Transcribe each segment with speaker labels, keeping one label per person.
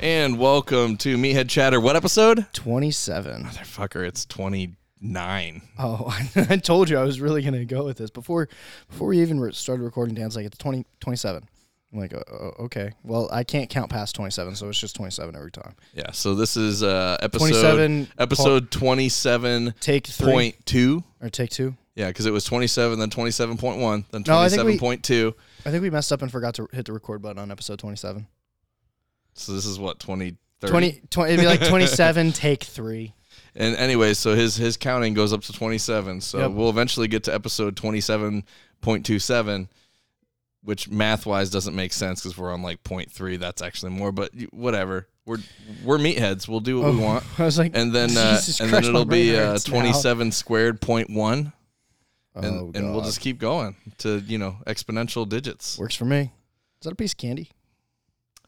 Speaker 1: And welcome to Meathead Chatter. What episode?
Speaker 2: 27.
Speaker 1: Motherfucker, it's 29.
Speaker 2: Oh, I told you I was really going to go with this. Before before we even re- started recording, Dan's like, it's 20, 27. I'm like, oh, oh, okay. Well, I can't count past 27, so it's just 27 every time.
Speaker 1: Yeah, so this is uh episode
Speaker 2: 27
Speaker 1: episode 27.2.
Speaker 2: Take three or take two.
Speaker 1: Yeah, cuz it was 27 then 27.1 then
Speaker 2: No, I think we-
Speaker 1: 27.2.
Speaker 2: I think we messed up and forgot to hit the record button on episode 27.
Speaker 1: so this is what 20 30.
Speaker 2: 20, 20 it'd be like 27, take three.
Speaker 1: And anyway, so his his counting goes up to 27. So
Speaker 2: Yep.
Speaker 1: we'll eventually get to episode 27.27 which math-wise doesn't make sense cuz we're on like 0.3. That's actually more, but you- whatever. We're we're meatheads. We'll do what
Speaker 2: Oh.
Speaker 1: we want.
Speaker 2: I was like,
Speaker 1: and then uh,
Speaker 2: Jesus
Speaker 1: and then
Speaker 2: Christ, my
Speaker 1: it'll be
Speaker 2: brain
Speaker 1: uh,
Speaker 2: hurts now.
Speaker 1: 27 squared point one and,
Speaker 2: oh,
Speaker 1: and we'll
Speaker 2: God.
Speaker 1: just keep going to you know exponential digits
Speaker 2: Works for me. Is that a piece of candy?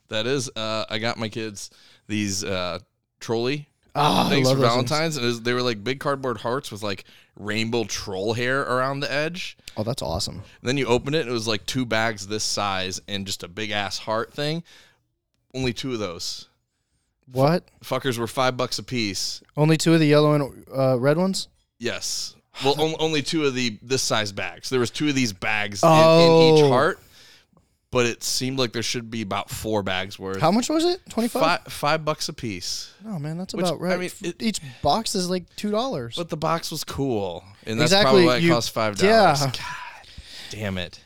Speaker 1: that is uh, i got my kids these uh, trolley
Speaker 2: Oh,
Speaker 1: things for valentine's and it was- they were like big cardboard hearts with like rainbow troll hair around the edge
Speaker 2: Oh, that's awesome.
Speaker 1: and then you open it and it was like two bags this size and just a big ass heart thing only two of those
Speaker 2: What?
Speaker 1: fuckers were five bucks a piece
Speaker 2: Only two of the yellow and uh, red ones?
Speaker 1: Yes. Well, on, only two of the this size bags. There was two of these bags in, in each
Speaker 2: Oh.
Speaker 1: heart, but it seemed like there should be about four bags worth.
Speaker 2: How much was it? 25?
Speaker 1: Five, five bucks a piece.
Speaker 2: No, man, that's
Speaker 1: Which,
Speaker 2: about
Speaker 1: I
Speaker 2: right.
Speaker 1: mean,
Speaker 2: F-
Speaker 1: it-
Speaker 2: each box is like two dollars.
Speaker 1: But the box was cool, and that's
Speaker 2: Exactly,
Speaker 1: probably why it
Speaker 2: you-
Speaker 1: cost five
Speaker 2: yeah.
Speaker 1: dollars. God damn it!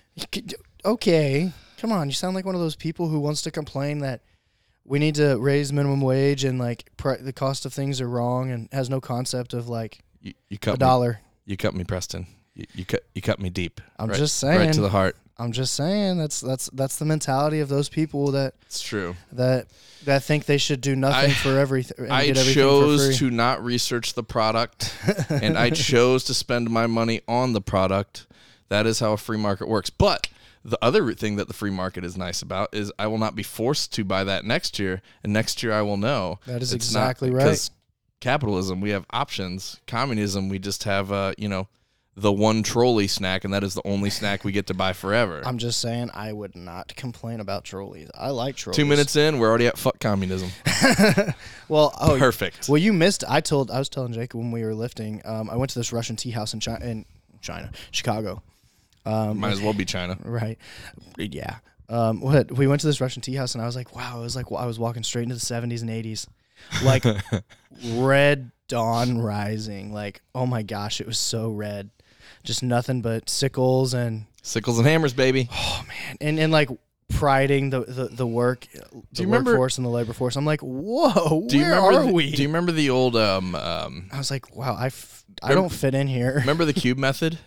Speaker 2: Okay, come on, you sound like one of those people who wants to complain that we need to raise minimum wage and like pri the cost of things are wrong and has no concept of like
Speaker 1: You, you
Speaker 2: a
Speaker 1: cut me,
Speaker 2: dollar.
Speaker 1: you cut me, Preston. You, you cut you cut me deep.
Speaker 2: I'm
Speaker 1: Right-
Speaker 2: just
Speaker 1: right to
Speaker 2: saying.
Speaker 1: the heart.
Speaker 2: I'm just saying that's that's that's the mentality of those people that
Speaker 1: It's true.
Speaker 2: that that think they should do nothing for everything and
Speaker 1: I
Speaker 2: get everything for free.
Speaker 1: chose to not research the product and I chose to spend my money on the product. That is how a free market works. But the other thing that the free market is nice about is I will not be forced to buy that next year. And next year I will know.
Speaker 2: That is
Speaker 1: It's not-
Speaker 2: exactly right.
Speaker 1: 'cause Capitalism, we have options. Communism, we just have, uh, you know, the one trolley snack, and that is the only snack we get to buy forever.
Speaker 2: I'm just saying I would not complain about trolleys. I like trolleys.
Speaker 1: Two minutes in, we're already at fuck communism.
Speaker 2: Well, oh,
Speaker 1: Perfect.
Speaker 2: Well, you missed. I told I was telling Jake when we were lifting. Um, I went to this Russian tea house in China, in China, Chicago.
Speaker 1: Might as well be China.
Speaker 2: Right? Yeah. Um, what we went to this Russian tea house, and I was like, wow. I was like, I was walking straight into the seventies and eighties, like red dawn rising. Like, oh my gosh, it was so red. Just nothing but sickles and
Speaker 1: Sickles and hammers, baby.
Speaker 2: and, and like priding the, the, the work, the
Speaker 1: you remember-
Speaker 2: workforce and the labor force. I'm like, whoa,
Speaker 1: Do you
Speaker 2: where
Speaker 1: remember
Speaker 2: are
Speaker 1: the,
Speaker 2: we?
Speaker 1: Do you remember the old um, um
Speaker 2: I was like, wow, I, f- I don't fit in here.
Speaker 1: remember the cube method?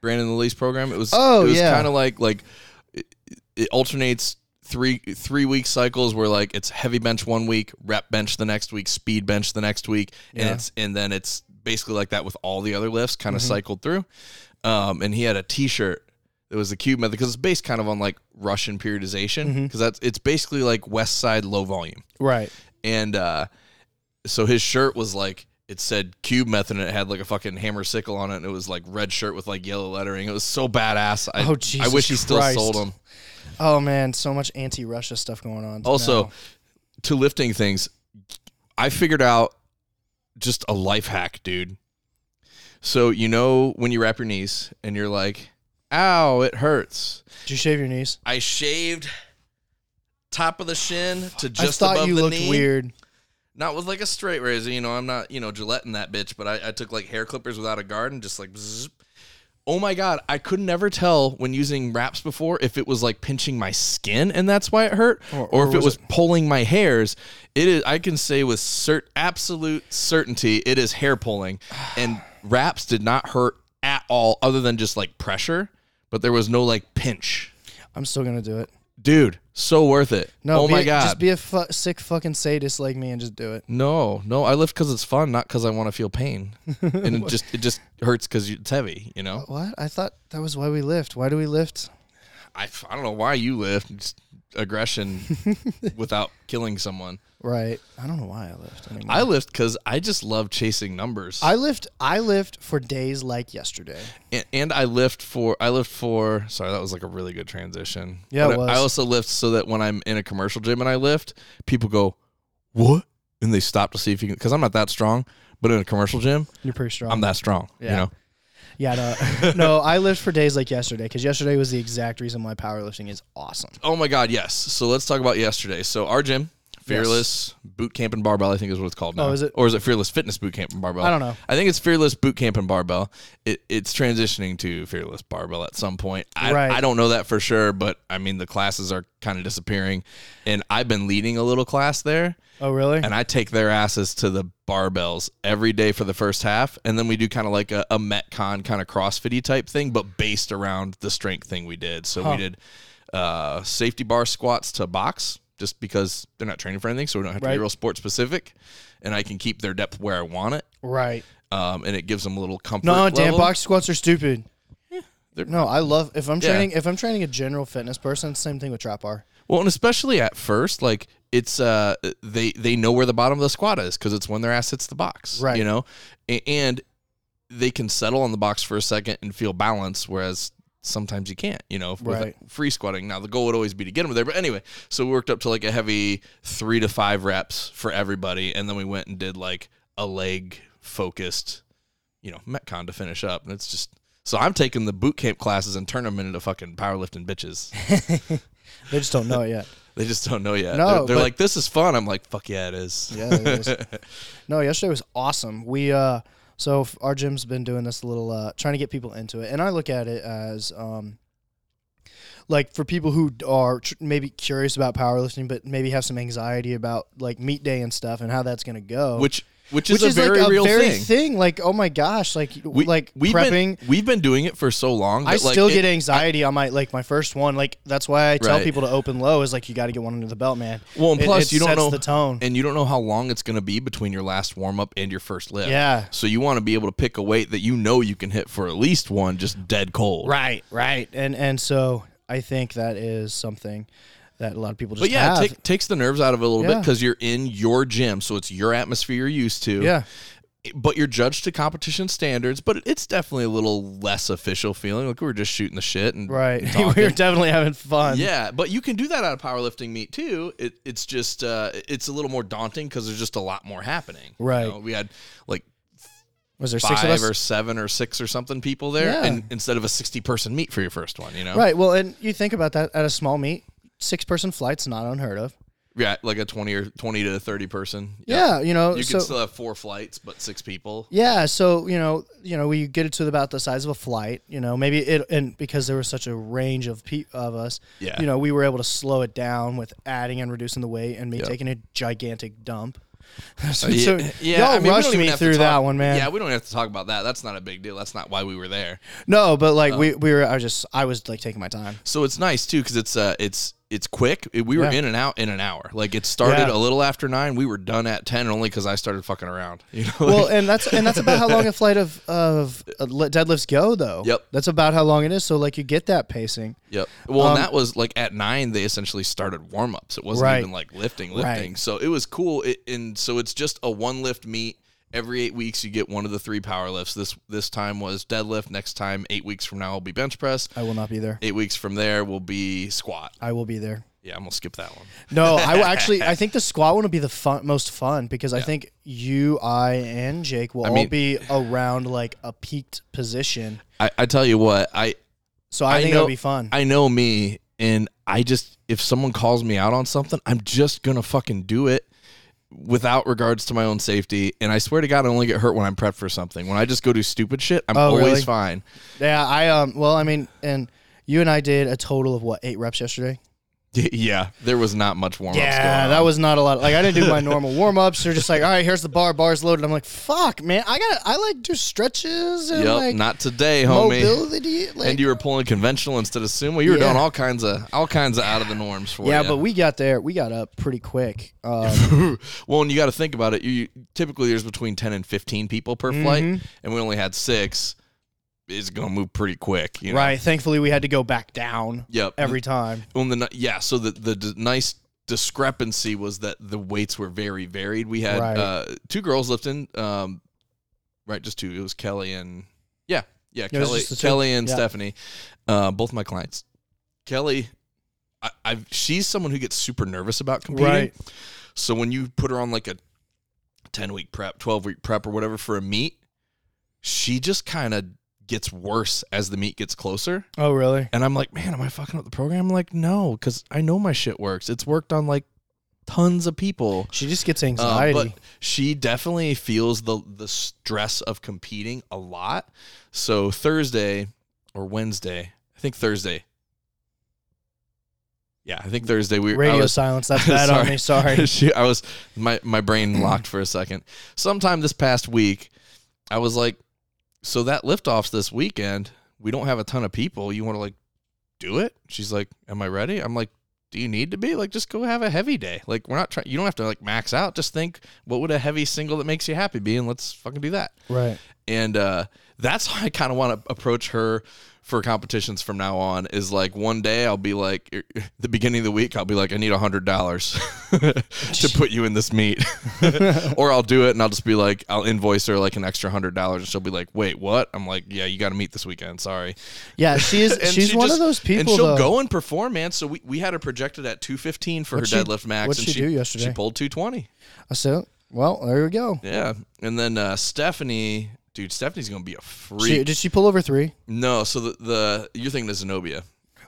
Speaker 1: Brandon Lilly's program? It was
Speaker 2: Oh,
Speaker 1: it was
Speaker 2: yeah.
Speaker 1: kind of like like it, it alternates three three week cycles where like it's heavy bench one week, rep bench the next week, speed bench the next week, and
Speaker 2: Yeah. Mm-hmm.
Speaker 1: it's and then it's basically like that with all the other lifts kind of cycled through. Um and he had a t-shirt that was the cube method because it's based kind of on like Russian periodization
Speaker 2: Mm-hmm.
Speaker 1: because that's it's basically like West Side low volume
Speaker 2: Right.
Speaker 1: and uh, so his shirt was like it said cube method and it had like a fucking hammer sickle on it and it was like red shirt with like yellow lettering it was so badass i,
Speaker 2: Oh,
Speaker 1: I
Speaker 2: Jesus
Speaker 1: wish he still
Speaker 2: Christ.
Speaker 1: sold them
Speaker 2: Oh man, so much anti-Russia stuff going on.
Speaker 1: also
Speaker 2: now.
Speaker 1: to lifting things i figured out just a life hack dude so you know when you wrap your knees and you're like ow it hurts
Speaker 2: did you shave your knees?
Speaker 1: i shaved top of the shin to
Speaker 2: I
Speaker 1: just
Speaker 2: thought
Speaker 1: above
Speaker 2: you
Speaker 1: the
Speaker 2: looked
Speaker 1: knee.
Speaker 2: weird.
Speaker 1: not with like a straight razor, you know. I'm not, you know, Gilletteing that bitch, but I, I took like hair clippers without a guard and just like, zzz. oh my god, I could never tell when using wraps before if it was like pinching my skin and that's why it hurt, or,
Speaker 2: or
Speaker 1: if it
Speaker 2: was
Speaker 1: was pulling my hairs. It is, I can say with cert absolute certainty, it is hair pulling, and wraps did not hurt at all, other than just like pressure, but there was no like pinch,
Speaker 2: I'm still gonna do it.
Speaker 1: dude. So worth it.
Speaker 2: No,
Speaker 1: oh
Speaker 2: be
Speaker 1: my
Speaker 2: a-
Speaker 1: god,
Speaker 2: just be a fu- sick fucking sadist like me and just do it.
Speaker 1: No, no, I lift because it's fun, not because I want to feel pain. And it just it just hurts because it's heavy, you know.
Speaker 2: What? I thought that was why we lift. Why do we lift?
Speaker 1: I, f- I don't know why you lift just aggression without killing someone.
Speaker 2: Right. I don't know why I lift anymore.
Speaker 1: I lift because I just love chasing numbers,
Speaker 2: I lift. I lift for days like yesterday.
Speaker 1: and, and I lift for I lift for. Sorry, that was like a really good transition.
Speaker 2: Yeah, it
Speaker 1: But I- I
Speaker 2: was.
Speaker 1: also lift so that when I'm in a commercial gym and I lift, people go, what? And they stop to see if you can, because I'm not that strong, but in a commercial gym,
Speaker 2: You're pretty strong.
Speaker 1: I'm that strong. You
Speaker 2: Yeah.
Speaker 1: know,
Speaker 2: yeah, no, no, I lived for days like yesterday because yesterday was the exact reason why powerlifting is awesome.
Speaker 1: Oh my God, yes. So let's talk about yesterday. So our gym, Fearless Boot Camp and Barbell, I think is what it's called now.
Speaker 2: Oh, is it?
Speaker 1: Or is it Fearless Fitness Boot Camp and Barbell?
Speaker 2: I don't know.
Speaker 1: I think it's Fearless Boot Camp and Barbell. It, it's transitioning to Fearless Barbell at some point. I,
Speaker 2: Right.
Speaker 1: I don't know that for sure, but I mean the classes are kind of disappearing, and I've been leading a little class there,
Speaker 2: Oh, really?
Speaker 1: and I take their asses to the barbells every day for the first half, and then we do kind of like a, a Metcon kind of CrossFitty type thing, but based around the strength thing we did. So we did uh, safety bar squats to box, just because they're not training for anything, so we don't have to be
Speaker 2: Right.
Speaker 1: real sport specific, and I can keep their depth where I want it,
Speaker 2: Right.
Speaker 1: um, and it gives them a little comfort.
Speaker 2: No, damn
Speaker 1: level.
Speaker 2: box squats are stupid.
Speaker 1: they're-
Speaker 2: no, I love if I'm
Speaker 1: Yeah.
Speaker 2: training if I'm training a general fitness person, same thing with trap bar.
Speaker 1: Well, and especially at first, like it's uh they they know where the bottom of the squat is because it's when their ass hits the box,
Speaker 2: Right.
Speaker 1: You know, A- and they can settle on the box for a second and feel balance, whereas sometimes you can't. You know, with
Speaker 2: Right.
Speaker 1: free squatting. Now the goal would always be to get them there, but anyway, so we worked up to like a heavy three to five reps for everybody, and then we went and did like a leg focused, you know, metcon to finish up, and it's just. So I'm taking the boot camp classes and turn them into fucking powerlifting bitches.
Speaker 2: They just don't know it yet.
Speaker 1: They just don't know yet.
Speaker 2: No,
Speaker 1: they're they're
Speaker 2: but-
Speaker 1: like, this is fun. I'm like, fuck yeah, it is.
Speaker 2: Yeah. it is. no, yesterday was awesome. We uh so f- our gym's been doing this little uh trying to get people into it. And I look at it as um like for people who d- are tr- maybe curious about powerlifting but maybe have some anxiety about like meet day and stuff and how that's going to go.
Speaker 1: Which which is a very
Speaker 2: like a
Speaker 1: real
Speaker 2: very
Speaker 1: thing.
Speaker 2: Like, oh my gosh, like
Speaker 1: We,
Speaker 2: like
Speaker 1: we've
Speaker 2: prepping
Speaker 1: Been, we've been doing it for so long.
Speaker 2: I
Speaker 1: that, like,
Speaker 2: still
Speaker 1: it-
Speaker 2: get anxiety on my like my first one. Like that's why I tell
Speaker 1: Right.
Speaker 2: people to open low is like you got to get one under the belt, man.
Speaker 1: Well, and
Speaker 2: It-
Speaker 1: plus
Speaker 2: it
Speaker 1: you don't
Speaker 2: sets
Speaker 1: know-
Speaker 2: the tone.
Speaker 1: and you don't know how long it's going to be between your last warm up and your first lift.
Speaker 2: Yeah.
Speaker 1: So you want to be able to pick a weight that you know you can hit for at least one just dead cold.
Speaker 2: right, right, and and so I think that is something that a lot of people just
Speaker 1: But yeah,
Speaker 2: have.
Speaker 1: it take, takes the nerves out of it a little bit
Speaker 2: Yeah.
Speaker 1: because you're in your gym, so it's your atmosphere you're used to.
Speaker 2: yeah,
Speaker 1: but you're judged to competition standards. But it's definitely a little less official feeling. Like we were just shooting the shit and and
Speaker 2: right. we
Speaker 1: talking.
Speaker 2: were definitely having fun.
Speaker 1: Yeah, but you can do that out of powerlifting meet too. It, it's just uh, it's a little more daunting because there's just a lot more happening. you
Speaker 2: Right.
Speaker 1: know? we had like
Speaker 2: Was there six of
Speaker 1: five
Speaker 2: us?
Speaker 1: or seven or six or something people there,
Speaker 2: Yeah.
Speaker 1: and instead of a sixty person meet for your first one, you know,
Speaker 2: Right. Well, and you think about that at a small meet, six person flight's not unheard of.
Speaker 1: yeah, like a twenty or twenty to thirty person.
Speaker 2: Yeah, you know.
Speaker 1: you
Speaker 2: so,
Speaker 1: can still have four flights, but six people.
Speaker 2: Yeah, so you know, you know, we get it to about the size of a flight. You know, maybe it and because there was such a range of pe- of us.
Speaker 1: Yeah.
Speaker 2: You know, we were able to slow it down with adding and reducing the weight and me taking a gigantic dump. so, so
Speaker 1: Uh,
Speaker 2: y'all
Speaker 1: I mean, we don't
Speaker 2: rushed
Speaker 1: even
Speaker 2: me
Speaker 1: have to
Speaker 2: through that
Speaker 1: talk-
Speaker 2: one, man.
Speaker 1: Yeah, we don't have to talk about that. That's not a big deal. That's not why we were there.
Speaker 2: no, but like
Speaker 1: Um,
Speaker 2: we, we were. I was just I was like taking my time.
Speaker 1: So it's nice too because it's uh it's it's quick. It- we were
Speaker 2: Yeah.
Speaker 1: in and out in an hour. Like it started
Speaker 2: Yeah.
Speaker 1: a little after nine. We were done at ten only because I started fucking around. You know.
Speaker 2: Well, and that's and that's about how long a flight of of uh, le- deadlifts go, though.
Speaker 1: Yep.
Speaker 2: That's about how long it is. So like you get that pacing.
Speaker 1: yep. Well, and that was like at nine. They essentially started warm ups. It wasn't
Speaker 2: Right.
Speaker 1: even like lifting, lifting.
Speaker 2: Right.
Speaker 1: So it was cool. It, and so it's just a one lift meet. Every eight weeks, you get one of the three power lifts. This this time was deadlift. Next time, eight weeks from now, will be bench press.
Speaker 2: I will not be there.
Speaker 1: Eight weeks from there will be squat.
Speaker 2: I will be there.
Speaker 1: Yeah, I'm gonna skip that one.
Speaker 2: No, I will actually I think the squat one will be the fun, most fun because I think you, I, and Jake will all
Speaker 1: mean-
Speaker 2: be around like a peaked position.
Speaker 1: I, I tell you what, I
Speaker 2: So I,
Speaker 1: I
Speaker 2: think
Speaker 1: know-
Speaker 2: it'll be fun.
Speaker 1: I know me, and I just if someone calls me out on something, I'm just gonna fucking do it without regards to my own safety. And I swear to God, I only get hurt when I'm prepped for something. When I just go do stupid shit, I'm
Speaker 2: Oh,
Speaker 1: always
Speaker 2: really?
Speaker 1: fine.
Speaker 2: yeah, I um. Well, I mean, and you and I did a total of what eight reps yesterday.
Speaker 1: Y- Yeah, there was not much warm ups.
Speaker 2: Yeah, that was not a lot. Like I didn't do my normal warm ups. They're just like, all right, here's the bar. Bar's loaded. I'm like, fuck, man. I gotta. I like do stretches and
Speaker 1: Yep,
Speaker 2: like
Speaker 1: not today, homie.
Speaker 2: mobility. Like,
Speaker 1: and you were pulling conventional instead of sumo. You were
Speaker 2: Yeah.
Speaker 1: doing all kinds of all kinds of out of the norms for
Speaker 2: yeah,
Speaker 1: ya.
Speaker 2: but we got there. We got up pretty quick. Um,
Speaker 1: well, and you got to think about it. You, you typically there's between ten and fifteen people per flight,
Speaker 2: mm-hmm.
Speaker 1: and we only had six. It's gonna move pretty quick, you know?
Speaker 2: Right. Thankfully, we had to go back down.
Speaker 1: Yep.
Speaker 2: Every time.
Speaker 1: on the ni- yeah so the the d- nice discrepancy was that the weights were very varied we had
Speaker 2: Right.
Speaker 1: uh two girls lifting um right just two it was kelly and yeah yeah
Speaker 2: it was
Speaker 1: kelly
Speaker 2: just the two.
Speaker 1: kelly and
Speaker 2: Yeah.
Speaker 1: stephanie uh both my clients kelly I, I've she's someone who gets super nervous about competing.
Speaker 2: Right.
Speaker 1: So when you put her on like a 10 week prep, 12 week prep, or whatever for a meat, she just kind of gets worse as the meat gets closer.
Speaker 2: Oh, really?
Speaker 1: And I'm like, man, am I fucking up the program? I'm like, no, because I know my shit works. It's worked on like tons of people.
Speaker 2: She just gets
Speaker 1: Uh,
Speaker 2: anxiety.
Speaker 1: but she definitely feels the the stress of competing a lot. So Thursday or Wednesday, I think Thursday. Yeah, I think Thursday we I
Speaker 2: Radio
Speaker 1: was,
Speaker 2: silence. That's bad on me. Sorry.
Speaker 1: she, I was my my brain locked for a second. Sometime this past week, I was like, so that liftoff's this weekend. We don't have a ton of people. You want to like do it? She's like, am I ready? I'm like, do you need to be? Like, just go have a heavy day. Like, we're not trying. You don't have to like max out. Just think, what would a heavy single that makes you happy be? And let's fucking do that
Speaker 2: right.
Speaker 1: and uh, that's how I kind of want to approach her for competitions from now on. Is like one day I'll be like er, the beginning of the week I'll be like I need a hundred dollars to put you in this meet, or I'll do it and I'll just be like I'll invoice her like an extra hundred dollars and she'll be like wait what I'm like yeah you got to meet this weekend sorry
Speaker 2: Yeah, she is.
Speaker 1: and
Speaker 2: she's
Speaker 1: she
Speaker 2: one
Speaker 1: just-
Speaker 2: of those people.
Speaker 1: and she'll
Speaker 2: though.
Speaker 1: go and perform man so we, we had her projected at two fifteen for
Speaker 2: What'd
Speaker 1: her
Speaker 2: she-
Speaker 1: deadlift max
Speaker 2: what'd
Speaker 1: and
Speaker 2: she do yesterday?
Speaker 1: she pulled two twenty.
Speaker 2: So, well, there we go.
Speaker 1: Yeah, and then uh, Stephanie, dude, Stephanie's gonna be a freak.
Speaker 2: She, did she pull over three?
Speaker 1: No, so the, the you're thinking of Zenobia.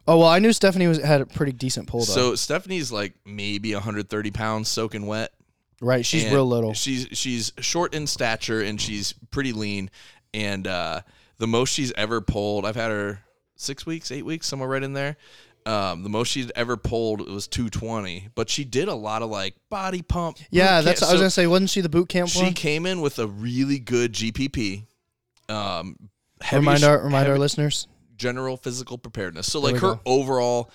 Speaker 2: Oh well, I knew Stephanie was had a pretty decent pull though.
Speaker 1: So Stephanie's like maybe 130 pounds, soaking wet.
Speaker 2: right, she's
Speaker 1: and
Speaker 2: real little.
Speaker 1: She's she's short in stature and she's pretty lean. And uh, the most she's ever pulled, I've had her six weeks, eight weeks, somewhere right in there. Um, the most she'd ever pulled was 220, but she did a lot of like body pump.
Speaker 2: yeah,
Speaker 1: boot
Speaker 2: that's.
Speaker 1: camp.
Speaker 2: I was
Speaker 1: So-
Speaker 2: gonna say, wasn't she the boot camp
Speaker 1: She
Speaker 2: one?
Speaker 1: came in with a really good GPP. Um, heavy
Speaker 2: Remind
Speaker 1: as-
Speaker 2: our remind
Speaker 1: heavy-
Speaker 2: our listeners.
Speaker 1: general physical preparedness. So like
Speaker 2: we
Speaker 1: her
Speaker 2: go.
Speaker 1: overall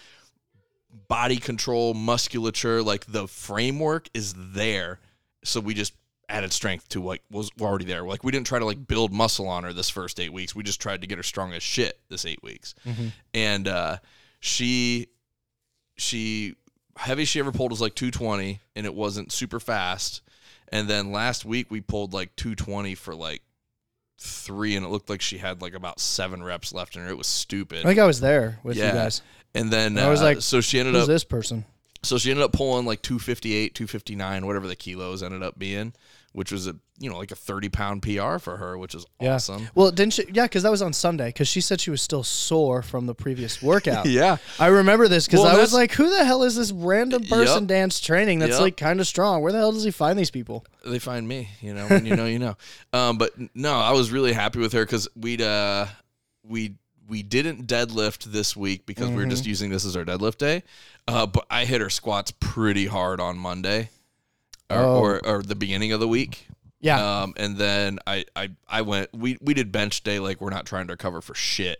Speaker 1: body control, musculature, like the framework is there. So we just added strength to what was already there. Like we didn't try to like build muscle on her this first 8 weeks. We just tried to get her strong as shit this 8 weeks.
Speaker 2: Mm-hmm.
Speaker 1: And uh she she heavy she ever pulled was like 220 and it wasn't super fast. And then last week we pulled like 220 for like three and it looked like she had like about seven reps left in her. It was
Speaker 2: I
Speaker 1: stupid.
Speaker 2: think I was there with you
Speaker 1: Yeah.
Speaker 2: guys.
Speaker 1: and then
Speaker 2: I was
Speaker 1: uh,
Speaker 2: like,
Speaker 1: so she ended
Speaker 2: Who's
Speaker 1: up
Speaker 2: this person?
Speaker 1: so she ended up pulling like 258, 259, whatever the kilos ended up being, which was a you know like a 30 pound PR for her, which is
Speaker 2: Yeah.
Speaker 1: awesome.
Speaker 2: Well, didn't she? Yeah, because that was on Sunday. Because she said she was still sore from the previous workout.
Speaker 1: Yeah.
Speaker 2: I remember this because
Speaker 1: Well,
Speaker 2: I was
Speaker 1: that's-
Speaker 2: like, "Who the hell is this random person
Speaker 1: Yup.
Speaker 2: dance training that's
Speaker 1: Yup.
Speaker 2: like kind of strong? Where the hell does he find these people?"
Speaker 1: They find me, you know, when you know, you know. Um, but n- no, I was really happy with her because we'd uh we we didn't deadlift this week because we were
Speaker 2: Mm-hmm.
Speaker 1: just using this as our deadlift day. Uh, but I hit her squats pretty hard on Monday. Or,
Speaker 2: Oh.
Speaker 1: or, or the beginning of the week.
Speaker 2: Yeah,
Speaker 1: Um, and then I, I, I went, we, we did bench day. Like we're not trying to recover for shit.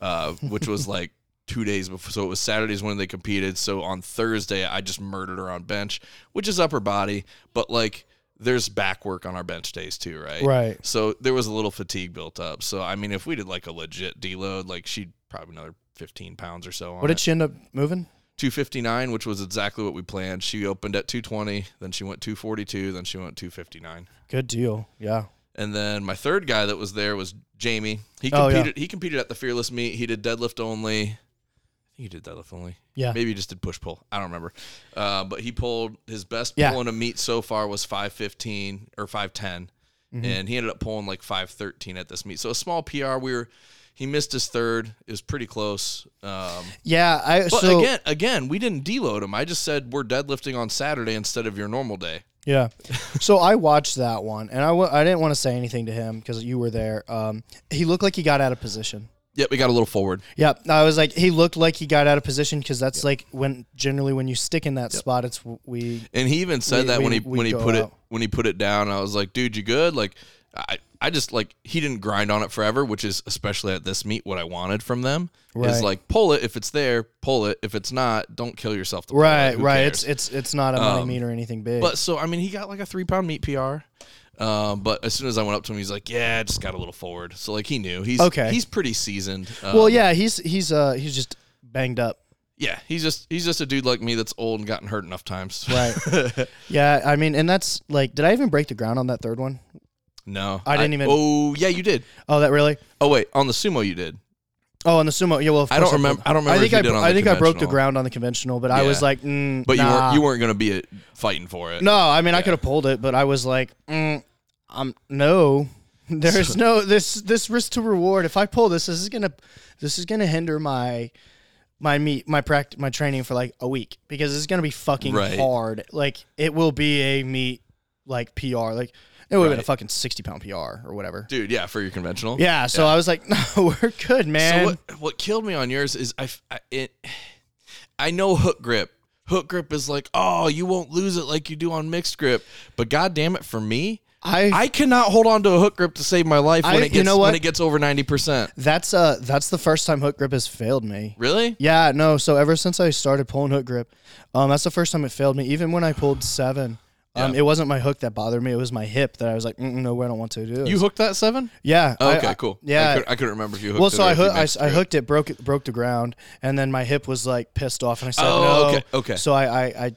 Speaker 1: Uh, which was like two days before. So it was Saturdays when they competed. So on Thursday, I just murdered her on bench, which is upper body, but like there's back work on our bench days too. Right.
Speaker 2: right.
Speaker 1: So there was a little fatigue built up. So, I mean, if we did like a legit deload, like she'd probably another 15 pounds or so on
Speaker 2: What
Speaker 1: it.
Speaker 2: did she end up moving?
Speaker 1: 259, which was exactly what we planned. She opened at 220, then she went 242, then she went 259.
Speaker 2: Good deal. Yeah.
Speaker 1: And then my third guy that was there was Jamie. He
Speaker 2: Oh, yeah.
Speaker 1: competed. He competed at the Fearless Meet. He did deadlift only. I think he did deadlift only.
Speaker 2: Yeah.
Speaker 1: Maybe he just did push pull. I don't remember. Uh, but he pulled his best
Speaker 2: Yeah.
Speaker 1: pull in a meet so far was five fifteen or five
Speaker 2: Mm-hmm.
Speaker 1: and he ended up pulling like five thirteen at this meet. So a small PR. We were. He missed his third. It was pretty close. Um,
Speaker 2: Yeah. I
Speaker 1: but
Speaker 2: so
Speaker 1: again, again, we didn't deload him. I just said we're deadlifting on Saturday instead of your normal day.
Speaker 2: Yeah. So I watched that one, and I w- I didn't want to say anything to him because you were there. Um, he looked like he got out of position.
Speaker 1: Yep, we got a little forward.
Speaker 2: Yep. I was like, he looked like he got out of position because that's like when generally when you stick in that spot, it's w- we.
Speaker 1: And he even said
Speaker 2: We-
Speaker 1: that when
Speaker 2: we-
Speaker 1: he
Speaker 2: we
Speaker 1: when he
Speaker 2: go
Speaker 1: put it
Speaker 2: out.
Speaker 1: when he put it down, I was like, dude, you good? Like, I I just like he didn't grind on it forever, which is especially at this meet what I wanted from them
Speaker 2: Right.
Speaker 1: is like pull it if it's there, pull it if it's not, don't kill yourself. To pull it.
Speaker 2: Right.
Speaker 1: Who
Speaker 2: Right.
Speaker 1: cares?
Speaker 2: It's it's it's not a money mean or anything big.
Speaker 1: Um, But so I mean, he got like a three pound meat PR. Um, but as soon as I went up to him, he's like, "Yeah, I just got a little forward." So like he knew he's
Speaker 2: Okay.
Speaker 1: He's pretty seasoned. Um,
Speaker 2: well, yeah. He's he's uh he's just banged up.
Speaker 1: yeah, he's just he's just a dude like me that's old and gotten hurt enough times.
Speaker 2: Right. yeah. I mean, and that's like, did I even break the ground on that third one?
Speaker 1: no,
Speaker 2: I didn't even-
Speaker 1: Oh yeah, you did.
Speaker 2: Oh, that really?
Speaker 1: Oh wait, on the sumo you did.
Speaker 2: Oh, on the sumo. Yeah, well, of
Speaker 1: I don't
Speaker 2: course
Speaker 1: remember-
Speaker 2: pulled-
Speaker 1: I don't remember
Speaker 2: I think
Speaker 1: if you
Speaker 2: I,
Speaker 1: did on
Speaker 2: I
Speaker 1: the
Speaker 2: think I broke the
Speaker 1: conventional.
Speaker 2: ground on the conventional, but I
Speaker 1: Yeah.
Speaker 2: was like, mm,
Speaker 1: But you
Speaker 2: nah.
Speaker 1: weren't you weren't going to be uh fighting for it.
Speaker 2: No, I mean I could have pulled it, but I was like, mm, um, no. There's no this this risk to reward. If I pull this, this is gonna this is gonna hinder my my meet my practice my training for like a week because it's gonna be fucking
Speaker 1: Right.
Speaker 2: hard. Like it will be a meet like PR. Like it would have been a
Speaker 1: Right.
Speaker 2: fucking sixty pound PR or whatever.
Speaker 1: Dude, yeah, for your conventional.
Speaker 2: Yeah. So I was like, no, we're good, man.
Speaker 1: So what what killed me on yours is I, f- I- it I know hook grip. Hook grip is like, "Oh, you won't lose it like you do on mixed grip." But god damn it for me,
Speaker 2: I
Speaker 1: I cannot hold on to a hook grip to save my life when
Speaker 2: I-
Speaker 1: it
Speaker 2: you
Speaker 1: gets
Speaker 2: know what?
Speaker 1: when it gets over 90%.
Speaker 2: that's uh that's the first time hook grip has failed me.
Speaker 1: Really?
Speaker 2: Yeah, no. So ever since I started pulling hook grip, um, that's the first time it failed me. Even when I pulled seven, um, it wasn't my hook that bothered me. It was my hip that I was like, "Mm, no, I don't want to do. This.
Speaker 1: You hooked that 7?
Speaker 2: yeah.
Speaker 1: Oh,
Speaker 2: I-
Speaker 1: okay,
Speaker 2: I-
Speaker 1: cool. I,
Speaker 2: Yeah.
Speaker 1: could, I couldn't remember if you hooked
Speaker 2: well,
Speaker 1: it
Speaker 2: so
Speaker 1: or
Speaker 2: I,
Speaker 1: if you
Speaker 2: hooked, I,
Speaker 1: mixed
Speaker 2: I
Speaker 1: grip.
Speaker 2: hooked it, broke it, broke the ground, and then my hip was like pissed off, and I said,
Speaker 1: Oh,
Speaker 2: no.
Speaker 1: okay, okay.
Speaker 2: So I, I, I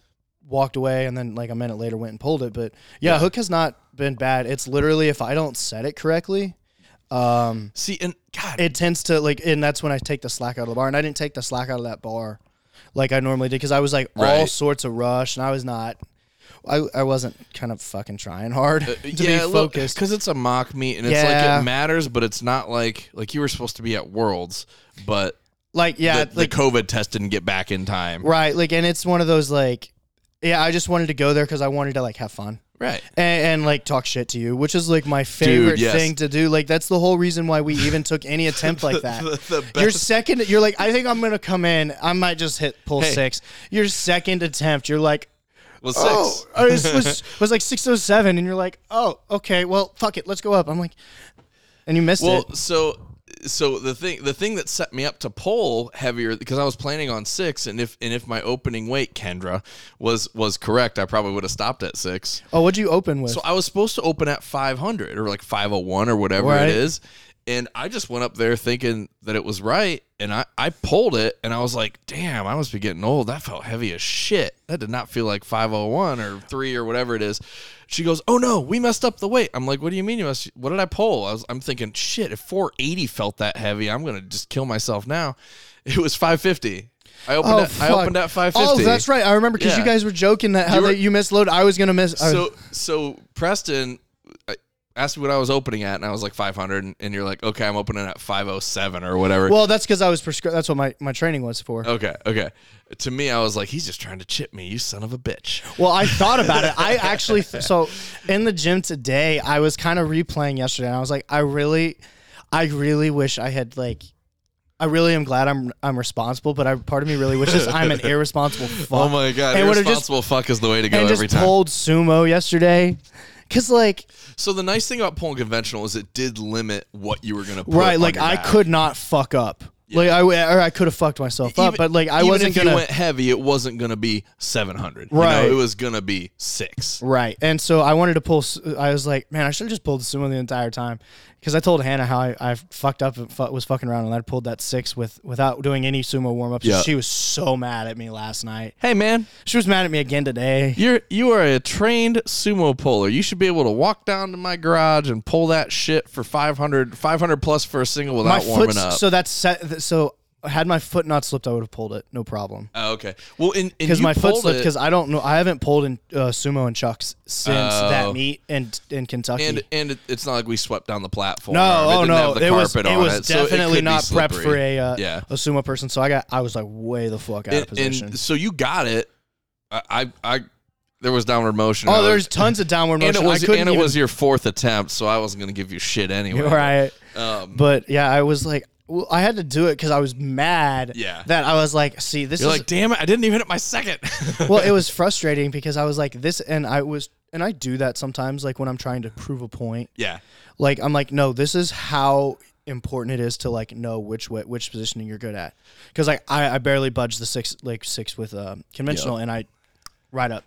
Speaker 2: walked away, and then like a minute later went and pulled it. But yeah, hook has not been bad. It's literally if I don't set it correctly, um,
Speaker 1: See, and god,
Speaker 2: it tends to like and that's when i take the slack out of the bar and i didn't take the slack out of that bar like i normally did because i was like all
Speaker 1: Right.
Speaker 2: sorts of rush and i was not i, I wasn't kind of fucking trying hard
Speaker 1: Uh,
Speaker 2: to be focused
Speaker 1: because it's a mock meet, and it's
Speaker 2: Yeah.
Speaker 1: like it matters, but it's not like like you were supposed to be at Worlds, but
Speaker 2: like yeah
Speaker 1: the, the
Speaker 2: like
Speaker 1: COVID test didn't get back in time.
Speaker 2: right like and it's one of those like yeah i just wanted to go there because i wanted to like have fun
Speaker 1: Right.
Speaker 2: and, and like talk shit to you which is like my favorite
Speaker 1: yes.
Speaker 2: thing to do like that's the whole reason why we even took any attempt like that
Speaker 1: the
Speaker 2: Your second, you're like, I think I'm gonna come in. I might just hit pull
Speaker 1: Hey.
Speaker 2: six. Your second attempt, you're like,
Speaker 1: was
Speaker 2: Oh, uh, it was was like six oh seven, and you're like, oh, okay, well, fuck it, let's go up. I'm like, and you missed
Speaker 1: Well,
Speaker 2: it.
Speaker 1: so so the thing the thing that set me up to pull heavier because I was planning on six, and if and if my opening weight Kendra was was correct, I probably would have stopped at six.
Speaker 2: Oh, what'd you open with?
Speaker 1: So I was supposed to open at 500 or like 501 or whatever
Speaker 2: Right.
Speaker 1: it is. And I just went up there thinking that it was right. And I, I pulled it and I was like, damn, I must be getting old. That felt heavy as shit. That did not feel like 501 or three or whatever it is. She goes, oh no, we messed up the weight. I'm like, what do you mean you messed? What did I pull? I was, I'm thinking, shit, if 480 felt that heavy, I'm going to just kill myself now. It was 550. I opened,
Speaker 2: oh,
Speaker 1: at, I
Speaker 2: fuck.
Speaker 1: opened at 550.
Speaker 2: Oh, that's right. I remember because you
Speaker 1: Yeah.
Speaker 2: guys were joking that how
Speaker 1: You were-
Speaker 2: that you misload. I was gonna miss. I was-
Speaker 1: so so Preston uh, asked me what I was opening at, and I was like 500, and, and you're like, okay, I'm opening at 507 or whatever.
Speaker 2: well, that's because I was prescribed. That's what my, my training was for.
Speaker 1: okay, okay. To me, I was like, he's just trying to chip me, you son of a bitch.
Speaker 2: Well, I thought about it. I actually th- so in the gym today, I was kind of replaying yesterday, and I was like, I really, I really wish I had like. I really am glad I'm I'm responsible, but I, part of me really wishes I'm an irresponsible fuck.
Speaker 1: Oh my god,
Speaker 2: And would've just
Speaker 1: irresponsible fuck is the way to go
Speaker 2: and
Speaker 1: every
Speaker 2: just
Speaker 1: time.
Speaker 2: pulled sumo yesterday. Cause like
Speaker 1: so the nice thing about pulling conventional is it did limit what you were gonna put
Speaker 2: right,
Speaker 1: on
Speaker 2: like
Speaker 1: your
Speaker 2: I
Speaker 1: back.
Speaker 2: could not fuck up. Like I w- or I could have fucked myself up,
Speaker 1: Even-
Speaker 2: but like I
Speaker 1: even
Speaker 2: wasn't
Speaker 1: if you
Speaker 2: gonna
Speaker 1: went heavy, it wasn't gonna be 700. you know?
Speaker 2: Right.
Speaker 1: it was gonna be six.
Speaker 2: right. And so I wanted to pull. s- I was like, man, I should have just pulled sumo the entire time because I told Hannah how I, I fucked up and fu- was fucking around and I pulled that six with without doing any sumo warm ups.
Speaker 1: Yeah.
Speaker 2: She was so mad at me last night.
Speaker 1: Hey man,
Speaker 2: She was mad at me again today.
Speaker 1: You're you are a trained sumo puller. You should be able to walk down to my garage and pull that shit for 500, 500 plus for a single
Speaker 2: My
Speaker 1: without warming
Speaker 2: foot.
Speaker 1: up.
Speaker 2: So that's set, so had my foot not slipped, I would have pulled it, no problem.
Speaker 1: oh, okay. Well, in
Speaker 2: because my foot slipped
Speaker 1: because
Speaker 2: because I don't know I haven't pulled in uh, sumo and chucks since
Speaker 1: Oh.
Speaker 2: that meet in in Kentucky.
Speaker 1: and and it, it's not like we swept down the platform.
Speaker 2: no,
Speaker 1: It
Speaker 2: oh
Speaker 1: didn't
Speaker 2: no,
Speaker 1: have the
Speaker 2: it was
Speaker 1: carpet
Speaker 2: it
Speaker 1: on
Speaker 2: was
Speaker 1: so could
Speaker 2: definitely
Speaker 1: be
Speaker 2: not prepped for
Speaker 1: slippery.
Speaker 2: a uh,
Speaker 1: yeah.
Speaker 2: a sumo person. So I got I was like way the fuck out of
Speaker 1: And,
Speaker 2: position.
Speaker 1: and so you got it. I I, I there was downward motion. I
Speaker 2: oh,
Speaker 1: was-
Speaker 2: there's tons of downward
Speaker 1: and
Speaker 2: motion.
Speaker 1: it was
Speaker 2: I couldn't
Speaker 1: and it
Speaker 2: even,
Speaker 1: was your fourth attempt, so I wasn't gonna give you shit anyway.
Speaker 2: right,
Speaker 1: Um,
Speaker 2: but yeah, I was like. Well, I had to do it because I was mad.
Speaker 1: Yeah.
Speaker 2: That I was like, see, this
Speaker 1: you're
Speaker 2: is
Speaker 1: like, damn it! I didn't even hit my second.
Speaker 2: well, it was frustrating because I was like this, and I was, and I do that sometimes, like when I'm trying to prove a point.
Speaker 1: yeah.
Speaker 2: like I'm like no this is how important it is to like know which way, which positioning you're good at because like I, I barely budged the six like six with um, conventional and I right up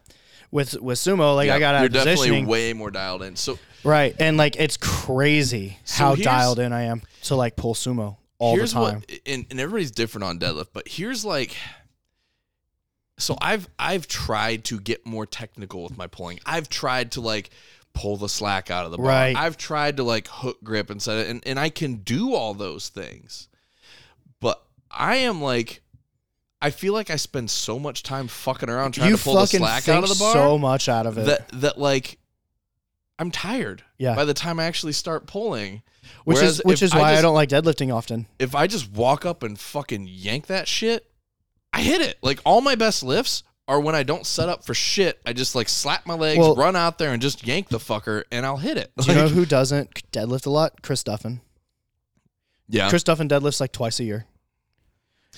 Speaker 2: with with sumo like I
Speaker 1: Yeah,
Speaker 2: got out
Speaker 1: You're
Speaker 2: of positioning
Speaker 1: definitely way more dialed in. So
Speaker 2: right and like it's crazy how
Speaker 1: here's-
Speaker 2: dialed in I am to like pull sumo all the
Speaker 1: here's
Speaker 2: time
Speaker 1: what and, and everybody's different on deadlift but here's like so i've i've tried to get more technical with my pulling i've tried to like pull the slack out of the bar
Speaker 2: Right.
Speaker 1: i've tried to like hook grip and set it and, and i can do all those things I am like, I feel like I spend so much time fucking around trying to pull the slack out of the bar
Speaker 2: so much out of it,
Speaker 1: that that like I'm tired.
Speaker 2: Yeah.
Speaker 1: By the time I actually start pulling,
Speaker 2: which
Speaker 1: whereas
Speaker 2: is which
Speaker 1: if
Speaker 2: is why I,
Speaker 1: just-
Speaker 2: don't like deadlifting often.
Speaker 1: If I just walk up and fucking yank that shit, I hit it. Like all my best lifts are when I don't set up for shit. I just like slap my legs,
Speaker 2: Well-
Speaker 1: run out there, and just yank the fucker, and I'll hit it.
Speaker 2: Do you know
Speaker 1: Like,
Speaker 2: who doesn't deadlift a lot? Chris Duffin.
Speaker 1: yeah.
Speaker 2: Chris Duffin deadlifts like twice a year,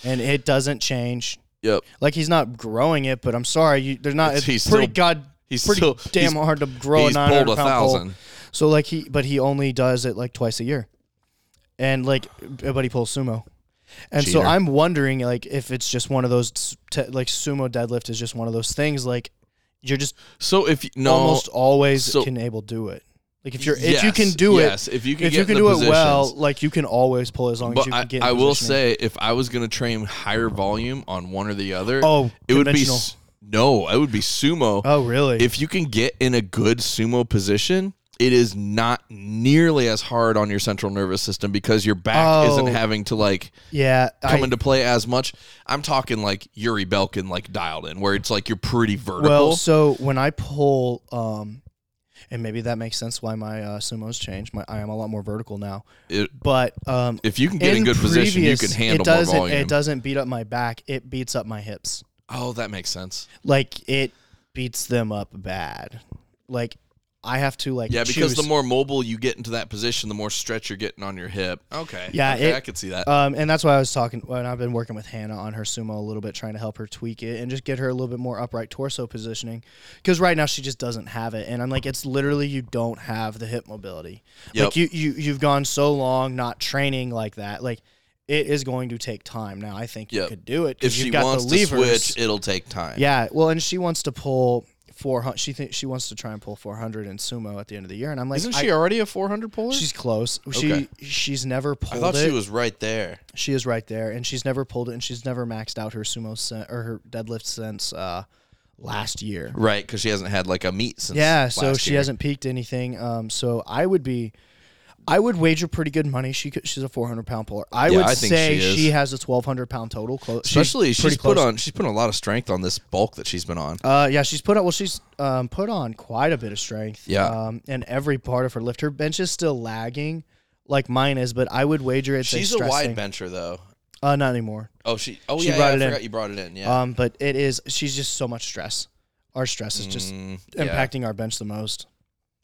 Speaker 2: and it doesn't change.
Speaker 1: Yep.
Speaker 2: Like he's not growing it, but I'm sorry, you, they're not. It's
Speaker 1: He's
Speaker 2: pretty
Speaker 1: still-
Speaker 2: god,
Speaker 1: He's
Speaker 2: pretty
Speaker 1: still
Speaker 2: damn
Speaker 1: he's,
Speaker 2: hard to grow a
Speaker 1: he's
Speaker 2: 900
Speaker 1: pulled
Speaker 2: pound
Speaker 1: a thousand.
Speaker 2: Pull. So like he, but he only does it like twice a year, and like, but he pulls sumo, and so
Speaker 1: Cheater.
Speaker 2: I'm wondering like if it's just one of those s- te- like sumo deadlift is just one of those things like you're just
Speaker 1: So if you- no,
Speaker 2: almost always
Speaker 1: so-
Speaker 2: can able do it. Like if you're if you can do it
Speaker 1: yes, if you can,
Speaker 2: if
Speaker 1: get
Speaker 2: you can
Speaker 1: in
Speaker 2: do
Speaker 1: the
Speaker 2: it well,
Speaker 1: positions.
Speaker 2: like you can always pull as long as
Speaker 1: But
Speaker 2: you
Speaker 1: I,
Speaker 2: can get. in
Speaker 1: I will
Speaker 2: positioning.
Speaker 1: say, if I was going to train higher volume on one or the other,
Speaker 2: oh,
Speaker 1: it would be
Speaker 2: conventional.
Speaker 1: s- no, it would be sumo.
Speaker 2: Oh, really?
Speaker 1: If you can get in a good sumo position, it is not nearly as hard on your central nervous system because your back
Speaker 2: Oh.
Speaker 1: isn't having to like
Speaker 2: yeah,
Speaker 1: come
Speaker 2: I,
Speaker 1: into play as much. I'm talking like Yuri Belkin, like dialed in, where it's like you're pretty vertical.
Speaker 2: well, so when I pull, um, and maybe that makes sense why my uh, sumos changed. My I am a lot more vertical now,
Speaker 1: It-
Speaker 2: but um,
Speaker 1: if you can get in, good position, you
Speaker 2: previous,
Speaker 1: can handle
Speaker 2: it. Doesn't
Speaker 1: more volume.
Speaker 2: it doesn't beat up my back? It beats up my hips.
Speaker 1: oh, that makes sense.
Speaker 2: Like it beats them up bad. Like I have to like
Speaker 1: Yeah, because
Speaker 2: choose.
Speaker 1: the more mobile you get into that position, the more stretch you're getting on your hip. Okay.
Speaker 2: Yeah,
Speaker 1: Okay,
Speaker 2: it-
Speaker 1: I could see that.
Speaker 2: Um, and that's why I was talking when I've been working with Hannah on her sumo a little bit, trying to help her tweak it and just get her a little bit more upright torso positioning. Because right now she just doesn't have it, and I'm like, it's literally you don't have the hip mobility.
Speaker 1: Yep.
Speaker 2: Like you you you've gone so long not training like that. Like it is going to take time. Now I think
Speaker 1: Yep.
Speaker 2: you could do it
Speaker 1: if
Speaker 2: 'cause
Speaker 1: she
Speaker 2: you've got
Speaker 1: wants
Speaker 2: the
Speaker 1: to
Speaker 2: levers.
Speaker 1: switch, it'll take time.
Speaker 2: Yeah, well, and she wants to pull 400. She thinks she wants to try and pull 400 in sumo at the end of the year, and I'm like,
Speaker 1: Isn't
Speaker 2: I-
Speaker 1: she already a 400 puller?
Speaker 2: She's close. She
Speaker 1: Okay.
Speaker 2: she's never pulled
Speaker 1: I thought
Speaker 2: it.
Speaker 1: she was right there.
Speaker 2: She is right there, and she's never pulled it, and she's never maxed out her sumo sen- or her deadlift since uh, last year.
Speaker 1: Right, because she hasn't had like a meet since.
Speaker 2: Yeah, so
Speaker 1: last
Speaker 2: she
Speaker 1: year.
Speaker 2: hasn't peaked anything. Um, so I would be, I would wager pretty good money. She could, she's a 400 pound puller. I
Speaker 1: Yeah,
Speaker 2: would
Speaker 1: I think
Speaker 2: say
Speaker 1: she is.
Speaker 2: she, has a 1200 pound total. Close,
Speaker 1: Especially
Speaker 2: she's
Speaker 1: she's,
Speaker 2: pretty
Speaker 1: put
Speaker 2: close.
Speaker 1: on she's put a lot of strength on this bulk that she's been on.
Speaker 2: Uh, yeah, she's put on. Well, she's um, put on quite a bit of strength.
Speaker 1: Yeah.
Speaker 2: um, and every part of her lift, her bench is still lagging, like mine is. But I would wager it's
Speaker 1: She's a
Speaker 2: stress
Speaker 1: wide
Speaker 2: thing.
Speaker 1: bencher though.
Speaker 2: Uh, not anymore.
Speaker 1: Oh, she. Oh
Speaker 2: She
Speaker 1: yeah,
Speaker 2: brought
Speaker 1: yeah,
Speaker 2: it
Speaker 1: I
Speaker 2: in.
Speaker 1: forgot you brought it in. Yeah.
Speaker 2: Um, but it is. She's just so much stress. Our stress is just
Speaker 1: Mm, yeah,
Speaker 2: impacting our bench the most.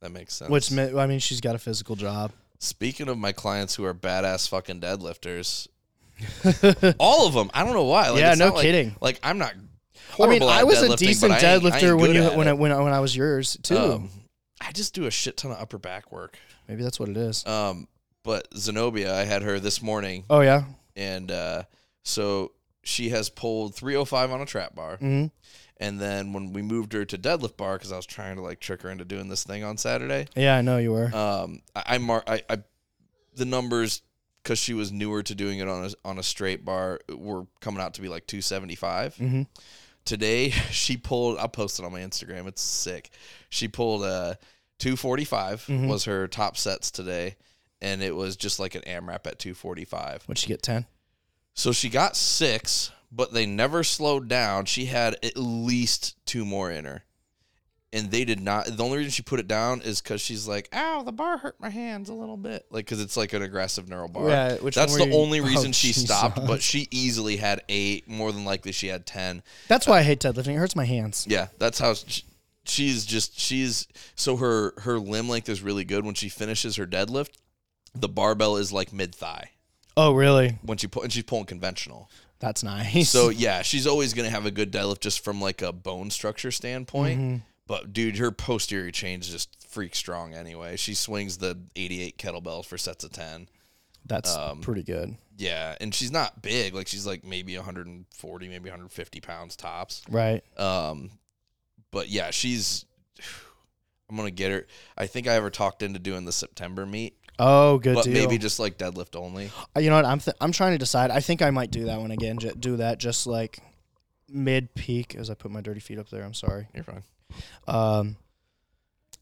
Speaker 1: that makes sense.
Speaker 2: Which me- I mean, she's got a physical job.
Speaker 1: Speaking of my clients who are badass fucking deadlifters, all of them. I don't know why. Like,
Speaker 2: Yeah,
Speaker 1: it's
Speaker 2: no
Speaker 1: not like-
Speaker 2: kidding.
Speaker 1: Like, I'm not.
Speaker 2: I mean,
Speaker 1: horrible at
Speaker 2: I was a
Speaker 1: deadlifting, but
Speaker 2: decent
Speaker 1: I ain't- I ain't
Speaker 2: deadlifter when
Speaker 1: good
Speaker 2: you
Speaker 1: at
Speaker 2: when I,
Speaker 1: it.
Speaker 2: when I, when I was yours too.
Speaker 1: Um, I just do a shit ton of upper back work.
Speaker 2: Maybe that's what it is.
Speaker 1: Um, but Zenobia, I had her this morning,
Speaker 2: Oh yeah.
Speaker 1: and uh, so she has pulled 305 on a trap bar.
Speaker 2: hmm
Speaker 1: And then when we moved her to deadlift bar, because I was trying to like trick her into doing this thing on Saturday,
Speaker 2: Yeah, I know you were.
Speaker 1: um, I, I mark I, I the numbers because she was newer to doing it on a on a straight bar were coming out to be like 275.
Speaker 2: Mhm.
Speaker 1: Today she pulled. I posted on my Instagram. It's sick. She pulled uh 245
Speaker 2: Mhm.
Speaker 1: was her top sets today, and it was just like an AMRAP at 245.
Speaker 2: What'd she get? Ten.
Speaker 1: So she got six, but they never slowed down. She had at least two more in her. And they did not. The only reason she put it down is because she's like, ow, the bar hurt my hands a little bit. Like, because it's like an aggressive neural bar.
Speaker 2: Yeah, which
Speaker 1: That's
Speaker 2: one
Speaker 1: the
Speaker 2: were you-
Speaker 1: only
Speaker 2: Oh,
Speaker 1: reason she
Speaker 2: Jesus.
Speaker 1: stopped, but she easily had eight. More than likely, she had 10.
Speaker 2: That's why I hate deadlifting. It hurts my hands.
Speaker 1: Yeah, that's how she, she's just she's so her her limb length is really good. When she finishes her deadlift, the barbell is like mid thigh
Speaker 2: Oh really?
Speaker 1: when she pull, and she's pulling conventional.
Speaker 2: That's nice.
Speaker 1: So yeah, she's always gonna have a good deadlift just from like a bone structure standpoint. But dude, her posterior chain's just freak strong anyway. She swings the 88 kettlebells for sets of 10.
Speaker 2: that's
Speaker 1: um,
Speaker 2: pretty good.
Speaker 1: Yeah, and she's not big. Like she's like maybe 140, maybe 150 pounds tops.
Speaker 2: Right.
Speaker 1: Um, but yeah, she's. I'm gonna get her. I think I ever talked into doing the September meet,
Speaker 2: Oh, good
Speaker 1: but
Speaker 2: deal.
Speaker 1: maybe just like deadlift only.
Speaker 2: Uh, You know what? I'm th- I'm trying to decide. I think I might do that one again. Ju- do that just like mid peak as I put my dirty feet up there. I'm sorry.
Speaker 1: You're fine.
Speaker 2: Um,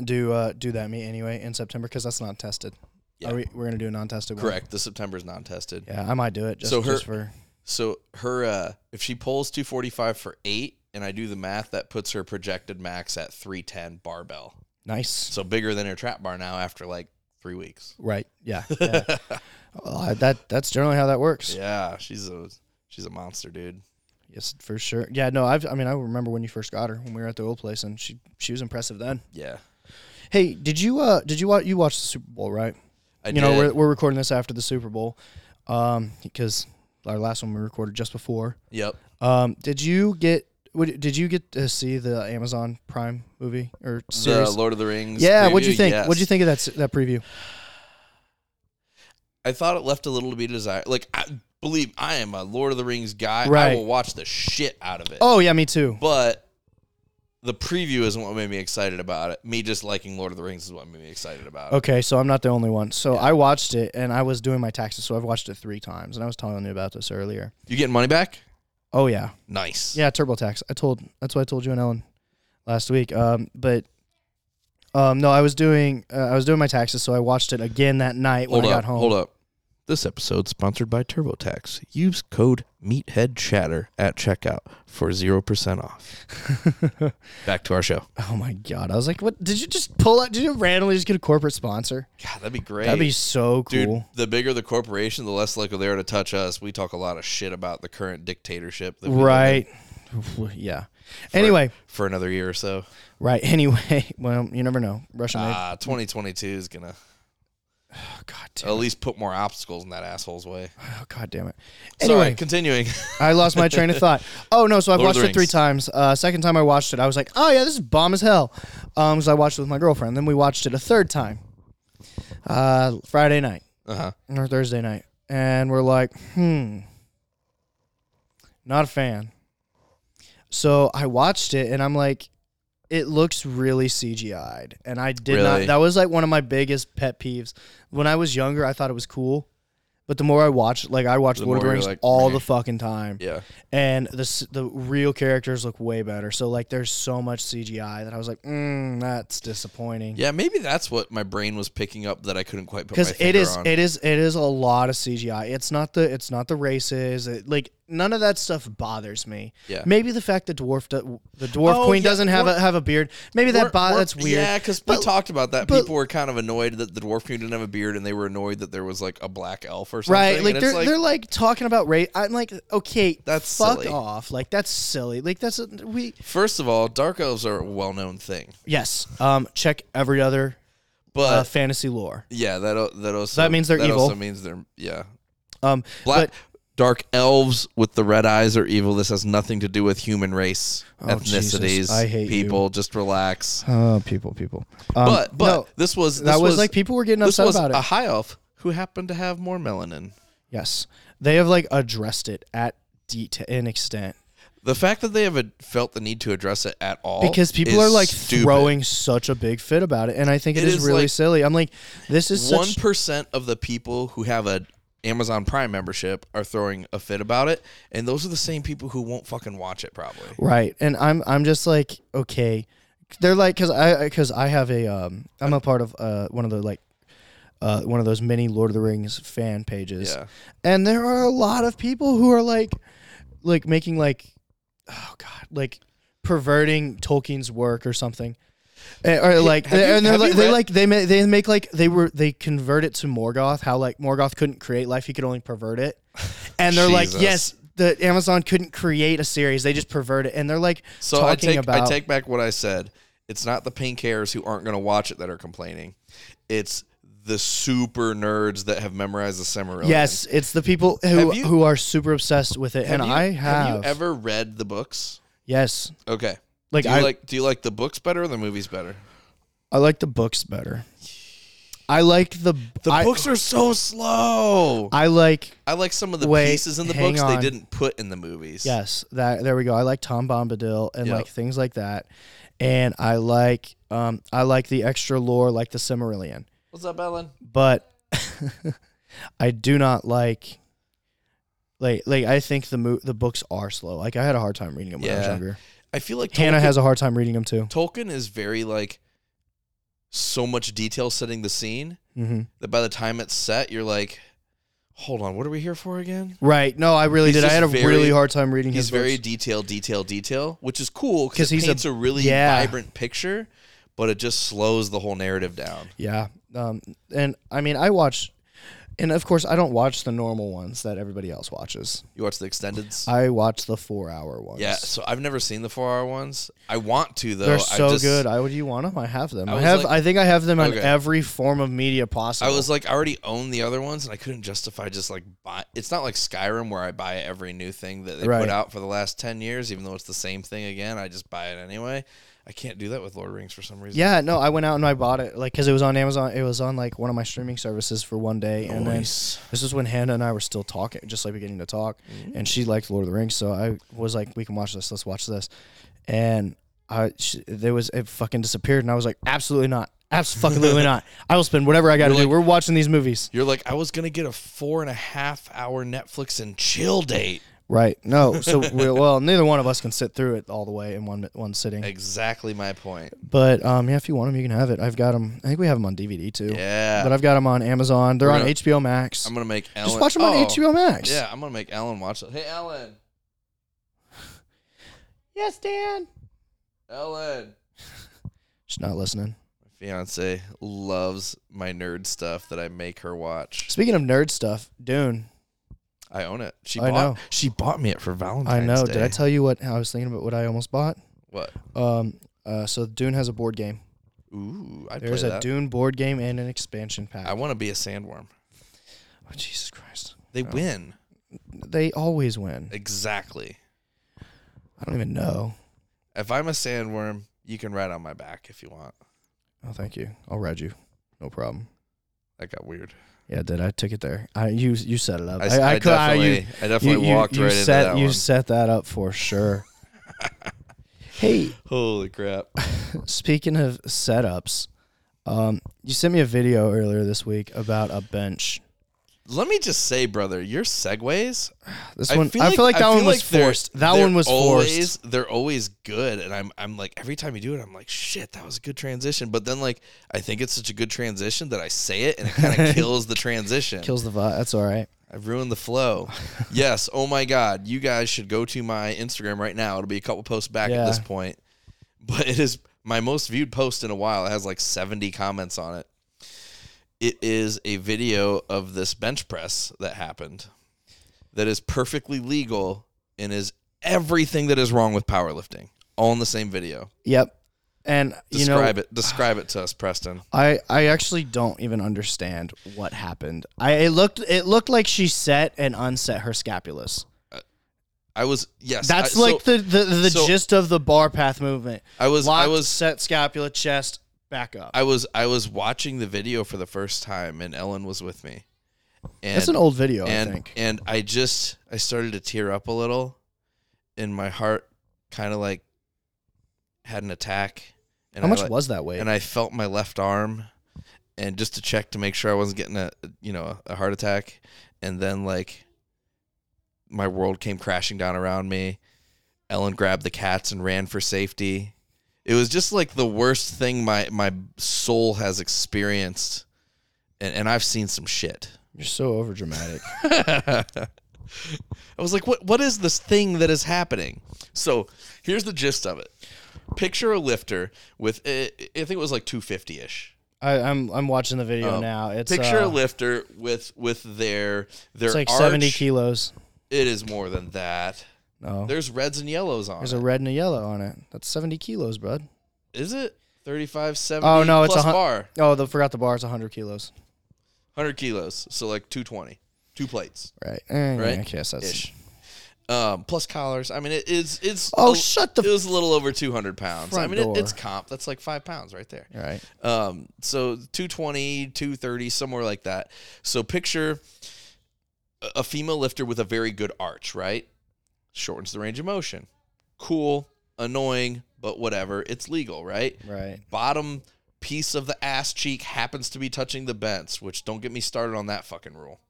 Speaker 2: do uh do that meet anyway in September because that's not tested.
Speaker 1: Yeah.
Speaker 2: Are we, we're gonna do a non-tested. one?
Speaker 1: Correct. The September's non-tested.
Speaker 2: Yeah, I might do it just,
Speaker 1: So her-
Speaker 2: just for
Speaker 1: So her, uh, if she pulls 245 for eight, and I do the math, that puts her projected max at 310 barbell.
Speaker 2: Nice.
Speaker 1: So bigger than her trap bar now after like three weeks.
Speaker 2: Right. Yeah. yeah. Uh, that that's generally how that works.
Speaker 1: Yeah, she's a she's a monster, dude.
Speaker 2: Yes, for sure. Yeah. No, I've. I mean, I remember when you first got her when we were at the old place, and she she was impressive then.
Speaker 1: Yeah,
Speaker 2: Hey, did you uh did you watch you watched the Super Bowl right?
Speaker 1: I
Speaker 2: you
Speaker 1: did.
Speaker 2: know we're we're recording this after the Super Bowl, um because our last one we recorded just before.
Speaker 1: yep.
Speaker 2: Um, did you get? Would, did you get to see the Amazon Prime movie or
Speaker 1: The
Speaker 2: series?
Speaker 1: Lord of the Rings.
Speaker 2: yeah, what'd you
Speaker 1: preview,
Speaker 2: think?
Speaker 1: yes.
Speaker 2: What'd you think of that s- that preview?
Speaker 1: I thought it left a little to be desired. Like, I believe I am a Lord of the Rings guy. I
Speaker 2: Right.
Speaker 1: will watch the shit out of it.
Speaker 2: Oh yeah, me too.
Speaker 1: But the preview isn't what made me excited about it. Me just liking Lord of the Rings is what made me excited about it.
Speaker 2: Okay, so I'm not the only one. So I watched it and I was doing my taxes, so I've watched it three times, and I was telling you about this earlier.
Speaker 1: You getting money back?
Speaker 2: Oh yeah,
Speaker 1: Nice.
Speaker 2: yeah, TurboTax. I told that's what I told you and Ellen last week. Um, but um, no, I was doing uh, I was doing my taxes, so I watched it again that night
Speaker 1: Hold
Speaker 2: when I
Speaker 1: up.
Speaker 2: got home.
Speaker 1: Hold up. This episode sponsored by TurboTax. Use code MeatheadChatter at checkout for zero percent off. back to our show.
Speaker 2: Oh my god, I was like, what? Did you just pull out? Did you randomly just get a corporate sponsor?
Speaker 1: God, that'd be great.
Speaker 2: That'd be so cool.
Speaker 1: Dude, the bigger the corporation, the less likely they are to touch us. We talk a lot of shit about the current dictatorship, that we live in
Speaker 2: Right. yeah. Anyway,
Speaker 1: For another year or so.
Speaker 2: right. Anyway, well, you never know. Russia may.
Speaker 1: Ah, 2022 is gonna
Speaker 2: oh, God
Speaker 1: at
Speaker 2: damn.
Speaker 1: least put more obstacles in that asshole's way.
Speaker 2: Oh, God damn it.
Speaker 1: Sorry,
Speaker 2: Anyway,
Speaker 1: continuing.
Speaker 2: I lost my train of thought. Oh no, so I've
Speaker 1: Lord of
Speaker 2: watched
Speaker 1: the
Speaker 2: it three
Speaker 1: Rings.
Speaker 2: times. Uh, second time I watched it, I was like, oh yeah, this is bomb as hell. Um, because I watched it with my girlfriend. Then we watched it a third time, uh, Friday night
Speaker 1: Uh huh.
Speaker 2: or Thursday night, and we're like, hmm, not a fan. So I watched it, and I'm like, it looks really CGI'd, and I did
Speaker 1: Really?
Speaker 2: not. That was like one of my biggest pet peeves. When I was younger, I thought it was cool, but the more I watched, like I watched
Speaker 1: The
Speaker 2: Lord of the
Speaker 1: more you're
Speaker 2: Rings
Speaker 1: like,
Speaker 2: all
Speaker 1: meh.
Speaker 2: the fucking time,
Speaker 1: Yeah.
Speaker 2: and the s- the real characters look way better. So like, there's so much CGI that I was like, mm, that's disappointing.
Speaker 1: Yeah, maybe that's what my brain was picking up that I couldn't quite put my
Speaker 2: because it
Speaker 1: finger
Speaker 2: is
Speaker 1: on.
Speaker 2: it is it is a lot of CGI. It's not the it's not the races. It, like none of that stuff bothers me.
Speaker 1: Yeah.
Speaker 2: Maybe the fact that dwarf do, the dwarf
Speaker 1: Oh,
Speaker 2: queen
Speaker 1: yeah,
Speaker 2: doesn't have
Speaker 1: we're-
Speaker 2: a have a beard. Maybe that
Speaker 1: Weren't-
Speaker 2: bo-
Speaker 1: weren't-
Speaker 2: that's weird.
Speaker 1: Yeah, because we
Speaker 2: But-
Speaker 1: talked about that.
Speaker 2: but-
Speaker 1: People were kind of annoyed that the dwarf queen didn't have a beard, and they were annoyed that there was like a black elf or something.
Speaker 2: Right, like
Speaker 1: and
Speaker 2: they're
Speaker 1: it's like,
Speaker 2: they're like talking about race. I'm like, okay,
Speaker 1: That's
Speaker 2: fuck
Speaker 1: silly.
Speaker 2: off. Like that's silly. Like that's we
Speaker 1: first of all, dark elves are a well-known thing,
Speaker 2: yes. Um, check every other
Speaker 1: but
Speaker 2: uh, fantasy lore.
Speaker 1: yeah, that al- that also
Speaker 2: That means they're
Speaker 1: that
Speaker 2: evil.
Speaker 1: Also means they're yeah,
Speaker 2: Um,
Speaker 1: black
Speaker 2: but
Speaker 1: dark elves with the red eyes are evil. This has nothing to do with human race, ethnicities,
Speaker 2: Oh, Jesus, I hate you.
Speaker 1: people. Just relax.
Speaker 2: uh, people, people. Um,
Speaker 1: but but
Speaker 2: no,
Speaker 1: this was this
Speaker 2: that was, like people were getting
Speaker 1: this
Speaker 2: upset
Speaker 1: was
Speaker 2: about it.
Speaker 1: a high elf who happened to have more melanin.
Speaker 2: Yes, they have like addressed it at detail in extent
Speaker 1: The fact that they have a, felt the need to address it at all
Speaker 2: because people
Speaker 1: is
Speaker 2: are like
Speaker 1: Oh, stupid.
Speaker 2: throwing such a big fit about it, and I think
Speaker 1: It
Speaker 2: it is,
Speaker 1: is,
Speaker 2: really
Speaker 1: like,
Speaker 2: silly. I'm like, this is
Speaker 1: one
Speaker 2: such
Speaker 1: percent of the people who have a Amazon Prime membership are throwing a fit about it, and those are the same people who won't fucking watch it. Probably.
Speaker 2: right, and I'm I'm just like okay, they're like because I because I have a um I'm a part of uh one of the like. Uh, one of those mini Lord of the Rings fan pages,
Speaker 1: Yeah.
Speaker 2: and there are a lot of people who are like, like making like, oh god, like perverting Tolkien's work or something, And- or like,
Speaker 1: have
Speaker 2: they,
Speaker 1: you-
Speaker 2: and they're
Speaker 1: have you
Speaker 2: like, they
Speaker 1: read-
Speaker 2: like they make they make like they were they convert it to Morgoth. How like Morgoth couldn't create life; he could only pervert it. And they're
Speaker 1: Jesus.
Speaker 2: like, yes, the Amazon couldn't create a series; they just pervert it. And they're like
Speaker 1: So
Speaker 2: talking
Speaker 1: I take
Speaker 2: about
Speaker 1: I take back what I said. It's not the pink hairs who aren't going to watch it that are complaining. It's the super nerds that have memorized the Silmarillion.
Speaker 2: yes, it's the people who
Speaker 1: Have you-
Speaker 2: who are super obsessed with it,
Speaker 1: Have
Speaker 2: and
Speaker 1: you-
Speaker 2: I
Speaker 1: Have
Speaker 2: have,
Speaker 1: you ever read the books?
Speaker 2: yes,
Speaker 1: Okay.
Speaker 2: like
Speaker 1: Do you
Speaker 2: I
Speaker 1: like Do you like the books better or the movies better?
Speaker 2: I like the books better. I like the
Speaker 1: The
Speaker 2: I,
Speaker 1: books are so slow.
Speaker 2: I like
Speaker 1: I like some of the
Speaker 2: Wait,
Speaker 1: pieces in the
Speaker 2: hang
Speaker 1: books they
Speaker 2: on.
Speaker 1: didn't put in the movies.
Speaker 2: yes that there we go. I like Tom Bombadil and
Speaker 1: Yep.
Speaker 2: like things like that, and I like um I like the extra lore like the Cimmerillion,
Speaker 1: What's up, Ellen?
Speaker 2: but I do not like. Like, like I think the mo- the books are slow. Like I had a hard time reading them when I was
Speaker 1: Yeah.
Speaker 2: younger.
Speaker 1: I feel like
Speaker 2: Hannah
Speaker 1: Tolkien-
Speaker 2: has a hard time reading them too.
Speaker 1: Tolkien is very like so much detail setting the scene
Speaker 2: hmm
Speaker 1: Mm-hmm. that by the time it's set, you're like, hold on, what are we here for again?
Speaker 2: Right. No, I really
Speaker 1: He's
Speaker 2: did. I
Speaker 1: just
Speaker 2: had a
Speaker 1: very-
Speaker 2: really hard time reading
Speaker 1: He's
Speaker 2: his
Speaker 1: very
Speaker 2: books.
Speaker 1: detail, detail, detail, which is cool
Speaker 2: 'Cause
Speaker 1: because
Speaker 2: he's
Speaker 1: it
Speaker 2: a-
Speaker 1: paints a, really
Speaker 2: yeah.
Speaker 1: vibrant picture, but it just slows the whole narrative down.
Speaker 2: Yeah. Um, and I mean, I watch, and of course, I don't watch the normal ones that everybody else watches.
Speaker 1: You watch the extendeds.
Speaker 2: I watch the four hour ones.
Speaker 1: yeah, so I've never seen the four-hour ones. I want to though.
Speaker 2: They're
Speaker 1: I
Speaker 2: so
Speaker 1: just-
Speaker 2: good. I would you want them? I have them. I,
Speaker 1: was
Speaker 2: have.
Speaker 1: like-
Speaker 2: I think I have them on
Speaker 1: Okay.
Speaker 2: every form of media possible.
Speaker 1: I was like, I already own the other ones, and I couldn't justify just like buy. It's not like Skyrim where I buy every new thing that they
Speaker 2: Right.
Speaker 1: put out for the last ten years, even though it's the same thing again. I just buy it anyway. I can't do that with Lord of the Rings for some reason.
Speaker 2: Yeah, no, I went out and I bought it like because it was on Amazon. It was on like one of my streaming services for one day, and then
Speaker 1: Nice.
Speaker 2: this is when Hannah and I were still talking, just like beginning to talk,
Speaker 1: Mm-hmm.
Speaker 2: and she liked Lord of the Rings, so I was like, "We can watch this. Let's watch this," and I she, there was it fucking disappeared, and I was like, "Absolutely not." Absolutely not. I will spend whatever I got to do.
Speaker 1: like-
Speaker 2: We're watching these movies.
Speaker 1: You're like, I was gonna get a four and a half hour Netflix and chill date.
Speaker 2: Right. No. So, we well, neither one of us can sit through it all the way in one one sitting.
Speaker 1: Exactly my point.
Speaker 2: But um, yeah, if you want them, you can have it. I've got them. I think we have them on DVD too.
Speaker 1: Yeah,
Speaker 2: But I've got them on Amazon. They're on
Speaker 1: gonna-
Speaker 2: HBO Max.
Speaker 1: I'm gonna make Ellen
Speaker 2: Just watch them on
Speaker 1: Oh,
Speaker 2: HBO Max.
Speaker 1: Yeah, I'm gonna make Ellen watch it. Hey, Ellen,
Speaker 2: Yes, Dan.
Speaker 1: Ellen.
Speaker 2: She's not listening.
Speaker 1: My fiance loves my nerd stuff that I make her watch.
Speaker 2: Speaking of nerd stuff, Dune.
Speaker 1: I own it. She
Speaker 2: I
Speaker 1: bought,
Speaker 2: know.
Speaker 1: She bought me it for Valentine's
Speaker 2: I know.
Speaker 1: Day.
Speaker 2: Did I tell you what I was thinking about? What I almost bought.
Speaker 1: what?
Speaker 2: Um. Uh. So Dune has a board game.
Speaker 1: Ooh, I play
Speaker 2: There's a
Speaker 1: that.
Speaker 2: Dune board game and an expansion pack.
Speaker 1: I want to be a sandworm.
Speaker 2: oh, Jesus Christ.
Speaker 1: They win
Speaker 2: They always win.
Speaker 1: exactly.
Speaker 2: I don't even know.
Speaker 1: If I'm a sandworm, you can ride on my back if you want.
Speaker 2: Oh, thank you. I'll ride you. No problem.
Speaker 1: That got weird.
Speaker 2: Yeah, did I took it there? I you you set it up.
Speaker 1: I, s- I
Speaker 2: could- I- you-
Speaker 1: definitely, I definitely walked right
Speaker 2: set,
Speaker 1: into that
Speaker 2: You
Speaker 1: one.
Speaker 2: set that up for sure. hey,
Speaker 1: Holy crap!
Speaker 2: speaking of setups, um, you sent me a video earlier this week about a bench.
Speaker 1: Let me just say, brother, your segues.
Speaker 2: This one, I feel like that
Speaker 1: I
Speaker 2: one
Speaker 1: feel
Speaker 2: was
Speaker 1: like they're-
Speaker 2: forced. That
Speaker 1: they're
Speaker 2: one was forced.
Speaker 1: always, They're always good, and I'm I'm like every time you do it, I'm like shit, that was a good transition. But then like I think it's such a good transition that I say it, and it kind of kills the transition.
Speaker 2: Kills the vibe. That's all right.
Speaker 1: I've ruined the flow. yes. Oh my God. You guys should go to my Instagram right now. It'll be a couple posts back
Speaker 2: Yeah.
Speaker 1: at this point. But it is my most viewed post in a while. It has like 70 comments on it. It is a video of this bench press that happened that is perfectly legal and is everything that is wrong with powerlifting all in the same video.
Speaker 2: Yep. And you know,
Speaker 1: Describe it. Describe it to us, Preston.
Speaker 2: I I actually don't even understand what happened. I it looked it looked like she set and unset her scapulus.
Speaker 1: I was, yes.
Speaker 2: That's
Speaker 1: I- so
Speaker 2: like the the, the
Speaker 1: so-
Speaker 2: gist of the bar path movement.
Speaker 1: I was,
Speaker 2: Locked,
Speaker 1: I was,
Speaker 2: set scapula, chest, back up.
Speaker 1: I was I was watching the video for the first time, and Ellen was with me. And,
Speaker 2: That's an old video,
Speaker 1: and
Speaker 2: I think.
Speaker 1: and I just I started to tear up a little, and my heart kind of like had an attack. And
Speaker 2: How
Speaker 1: I
Speaker 2: much
Speaker 1: like-
Speaker 2: was that weight?
Speaker 1: And I felt my left arm, and just to check to make sure I wasn't getting a you know a heart attack, and then like my world came crashing down around me. Ellen grabbed the cats and ran for safety. It was just like the worst thing my my soul has experienced, and and I've seen some shit.
Speaker 2: You're so over dramatic.
Speaker 1: I was like, what what is this thing that is happening? So here's the gist of it. Picture a lifter with uh, I think it was like 250 ish.
Speaker 2: I, I'm I'm watching the video
Speaker 1: Um,
Speaker 2: now. It's
Speaker 1: Picture
Speaker 2: uh,
Speaker 1: a lifter with with their their
Speaker 2: it's like
Speaker 1: arch.
Speaker 2: 70 kilos.
Speaker 1: It is more than that.
Speaker 2: No,
Speaker 1: There's reds and yellows on
Speaker 2: there's
Speaker 1: it.
Speaker 2: a red and a yellow on it. That's 70 kilos, bud.
Speaker 1: Is it 35, 70?
Speaker 2: Oh no, it's
Speaker 1: plus
Speaker 2: a hun-
Speaker 1: bar.
Speaker 2: Oh, they forgot the bar. It's 100 kilos.
Speaker 1: 100 kilos, so like 220, two plates
Speaker 2: Right. Eh,
Speaker 1: Right?
Speaker 2: I guess that's.
Speaker 1: ish. Um, plus collars. I mean, it is it's
Speaker 2: Oh,
Speaker 1: a-
Speaker 2: shut the
Speaker 1: it was a little over 200 pounds. I
Speaker 2: front
Speaker 1: mean, it, it's
Speaker 2: door.
Speaker 1: comp. That's like five pounds right there.
Speaker 2: All right.
Speaker 1: Um, so 220, 230, somewhere like that. So picture a- a female lifter with a very good arch, right? Shortens the range of motion. Cool, annoying, but whatever. It's legal, right?
Speaker 2: Right.
Speaker 1: Bottom piece of the ass cheek happens to be touching the bents, which don't get me started on that fucking rule.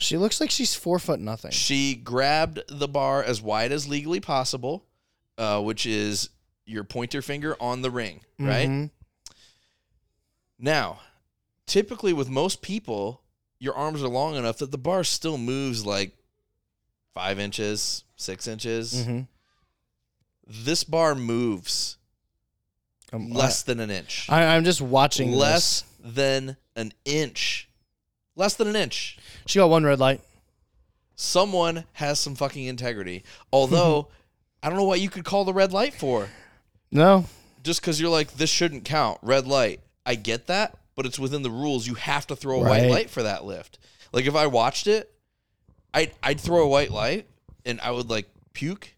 Speaker 2: She looks like she's four foot nothing.
Speaker 1: She grabbed the bar as wide as legally possible, uh, which is your pointer finger on the ring,
Speaker 2: Mm-hmm,
Speaker 1: right?
Speaker 2: Mhm.
Speaker 1: Now, typically with most people,
Speaker 3: your arms are long enough that the bar still moves like
Speaker 1: Five inches, six inches.
Speaker 2: Mm-hmm.
Speaker 3: this bar moves
Speaker 2: I'm,
Speaker 1: Less than an inch.
Speaker 2: Um, I, I'm just watching.
Speaker 1: Less
Speaker 2: Less.
Speaker 1: than an inch. Less than an inch.
Speaker 2: She got one red light.
Speaker 1: Someone has some fucking integrity. Although, I don't know what you could call the red light for.
Speaker 2: No.
Speaker 1: Just because you're like, this shouldn't count. Red light. I get that, but it's within the rules. You have to throw a white
Speaker 2: Right.
Speaker 1: light for that lift. Like, if I watched it, I'd, I'd throw a white light and I would like puke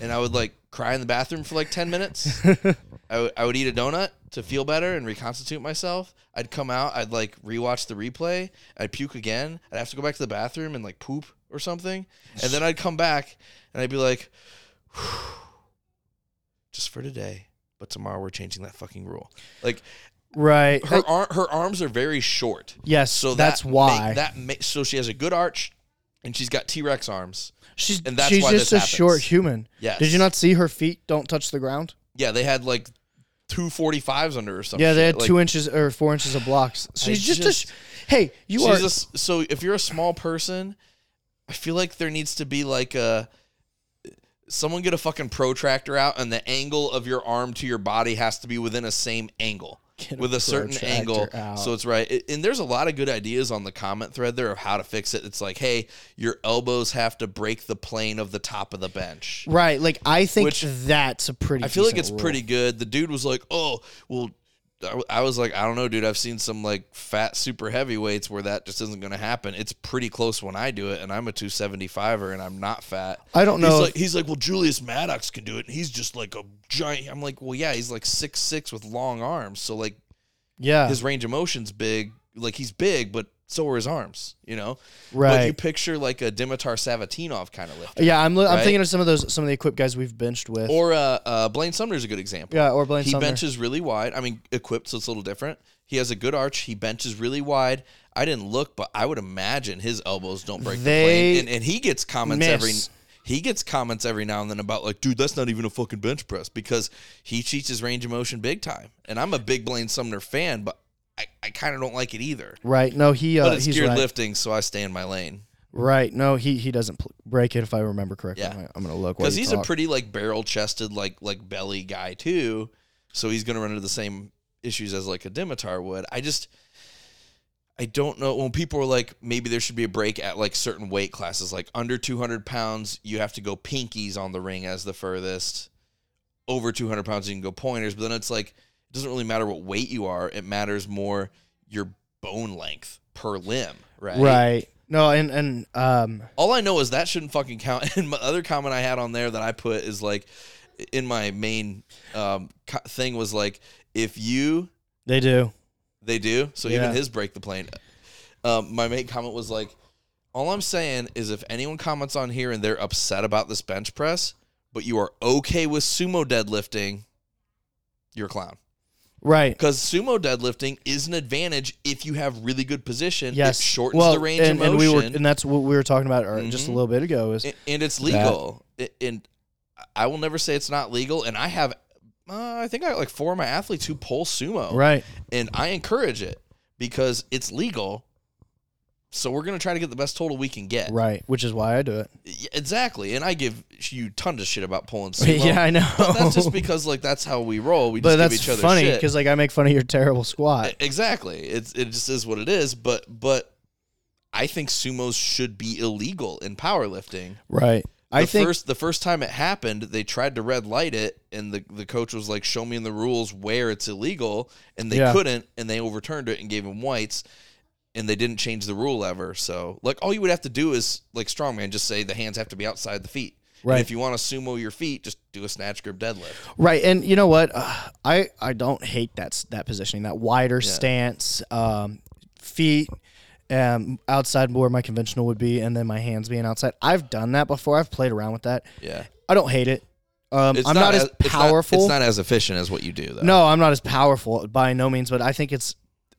Speaker 1: and I would like cry in the bathroom for like 10 minutes. I would- I would eat a donut to feel better and reconstitute myself. I'd come out, I'd like rewatch the replay, I'd puke again, I'd have to go back to the bathroom and like poop or something. And then I'd come back and I'd be like, just for today, but tomorrow we're changing that fucking rule. Like
Speaker 2: Right.
Speaker 1: her
Speaker 2: That-
Speaker 1: ar- her arms are very short.
Speaker 2: yes.
Speaker 1: So
Speaker 2: that's
Speaker 1: that
Speaker 2: why.
Speaker 1: make- that ma- so she has a good arch and she's got T-Rex arms.
Speaker 2: she's
Speaker 1: and that's
Speaker 2: she's
Speaker 1: why
Speaker 2: just
Speaker 1: this
Speaker 2: a
Speaker 1: happens.
Speaker 2: short human.
Speaker 1: Yes.
Speaker 2: Did you not see her feet don't touch the ground?
Speaker 1: Yeah, they had like 245s under or something.
Speaker 2: Yeah, they had two inches or four inches of blocks. She's just, a.
Speaker 1: just-
Speaker 2: Sh- hey, you are.
Speaker 1: She's a s- so if you're a small person, I feel like there needs to be like a someone get a fucking protractor out and the angle of your arm to your body has to be within a same angle
Speaker 2: Get a
Speaker 1: with a, certain
Speaker 2: protractor
Speaker 1: angle
Speaker 2: out.
Speaker 1: so it's right It- and there's a lot of good ideas on the comment thread there of how to fix it it's like hey your elbows have to break the plane of the top of the bench
Speaker 2: Right. Like I think
Speaker 1: Which-
Speaker 2: that's a pretty.
Speaker 1: I feel like
Speaker 2: decent
Speaker 1: it's
Speaker 2: rule.
Speaker 1: pretty good. The dude was like, "Oh, well." I w- I was like, I don't know, dude. I've seen some like fat super heavyweights where that just isn't going to happen. It's pretty close when I do it, and I'm a 275er, and I'm not fat.
Speaker 2: I don't know
Speaker 1: He's
Speaker 2: if-
Speaker 1: like, he's like, well, Julius Maddox can do it, and he's just like a giant. I'm like, well, yeah, he's like six six with long arms, so like
Speaker 2: Yeah.
Speaker 1: his range of motion's big. Like he's big, but so are his arms. You know, But you
Speaker 2: right. Uh,
Speaker 1: picture like a Dimitar Savatinov kind of lift,
Speaker 2: yeah, I'm. Li- I'm
Speaker 1: right?
Speaker 2: thinking of some of those. Some of the equipped guys we've benched with.
Speaker 1: or uh, uh, Blaine Sumner's a good example.
Speaker 2: yeah, or Blaine
Speaker 1: he
Speaker 2: Sumner.
Speaker 1: benches really wide. I mean, equipped, so it's a little different. He has a good arch. He benches really wide. I didn't look, but I would imagine his elbows don't break the plane.
Speaker 2: They
Speaker 1: And, and he gets comments every
Speaker 2: miss.
Speaker 1: he gets comments every now and then about like, dude, that's not even a fucking bench press because he cheats his range of motion big time. And I'm a big Blaine Sumner fan, but I, I kind of don't like it either.
Speaker 2: Right. No, he. Uh,
Speaker 1: But it's
Speaker 2: he's
Speaker 1: geared
Speaker 2: right.
Speaker 1: lifting, so I stay in my lane
Speaker 2: Right. No, he he doesn't pl- break it if I remember correctly.
Speaker 1: Yeah.
Speaker 2: I'm gonna- I'm gonna look.
Speaker 1: because
Speaker 2: Because
Speaker 1: he's a pretty like barrel chested, like like belly guy too. So he's gonna run into the same issues as like a Dimitar would. I just I don't know when people are like maybe there should be a break at like certain weight classes, like under 200 pounds you have to go pinkies on the ring as the furthest. Over 200 pounds you can go pointers, but then it's like it doesn't really matter what weight you are. It matters more your bone length per limb, right?
Speaker 2: right. No, and and um,
Speaker 1: All I know is that shouldn't fucking count. And my other comment I had on there that I put is like, in my main um, co- thing was like, if you
Speaker 2: they do.
Speaker 1: they do, so
Speaker 2: Yeah.
Speaker 1: even his break the plane. Um, my main comment was like, all I'm saying is if anyone comments on here and they're upset about this bench press, but you are okay with sumo deadlifting, you're a clown.
Speaker 2: Right.
Speaker 1: Because sumo deadlifting is an advantage if you have really good position.
Speaker 2: Yes.
Speaker 1: it shortens
Speaker 2: well,
Speaker 1: the range
Speaker 2: and,
Speaker 1: of motion
Speaker 2: and we were, and that's what we were talking about uh, just a
Speaker 1: Mhm.
Speaker 2: little bit ago. Is
Speaker 1: and, and it's legal. I- And I will never say it's not legal. And I have, uh, I think I got like four of my athletes who pull sumo,
Speaker 2: right.
Speaker 1: and I encourage it because it's legal. So we're gonna try to get the best total we can get.
Speaker 2: Right. Which is why I do it.
Speaker 1: Y- Exactly. And I give you tons of shit about pulling sumo.
Speaker 2: yeah, I know.
Speaker 1: But that's just because like that's how we roll. We
Speaker 2: but
Speaker 1: just
Speaker 2: that's
Speaker 1: give each other
Speaker 2: funny
Speaker 1: shit. E,
Speaker 2: because like I make fun of your terrible squat.
Speaker 1: Exactly. It's it just is what it is. But but I think sumos should be illegal in powerlifting.
Speaker 2: Right. I
Speaker 1: the
Speaker 2: think
Speaker 1: first the first time it happened, they tried to red light it, and the, the coach was like, "Show me in the rules where it's illegal," and they
Speaker 2: Yeah.
Speaker 1: couldn't, and they overturned it and gave him whites, and they didn't change the rule ever. So, like, all you would have to do is like strongman, just say the hands have to be outside the feet. And
Speaker 2: Right.
Speaker 1: if you want to sumo your feet, just do a snatch grip deadlift.
Speaker 2: right, and you know what? Uh, I I don't hate that s- that positioning, that wider stance, um, feet. Um, outside where my conventional would be, and then my hands being outside. I've done that before. I've played around with that.
Speaker 1: Yeah,
Speaker 2: I don't hate it. Um, I'm not, as
Speaker 1: it's not-
Speaker 2: powerful.
Speaker 1: It's not, uh, as efficient as what you do, though.
Speaker 2: no, I'm not as powerful by no means, but I think it's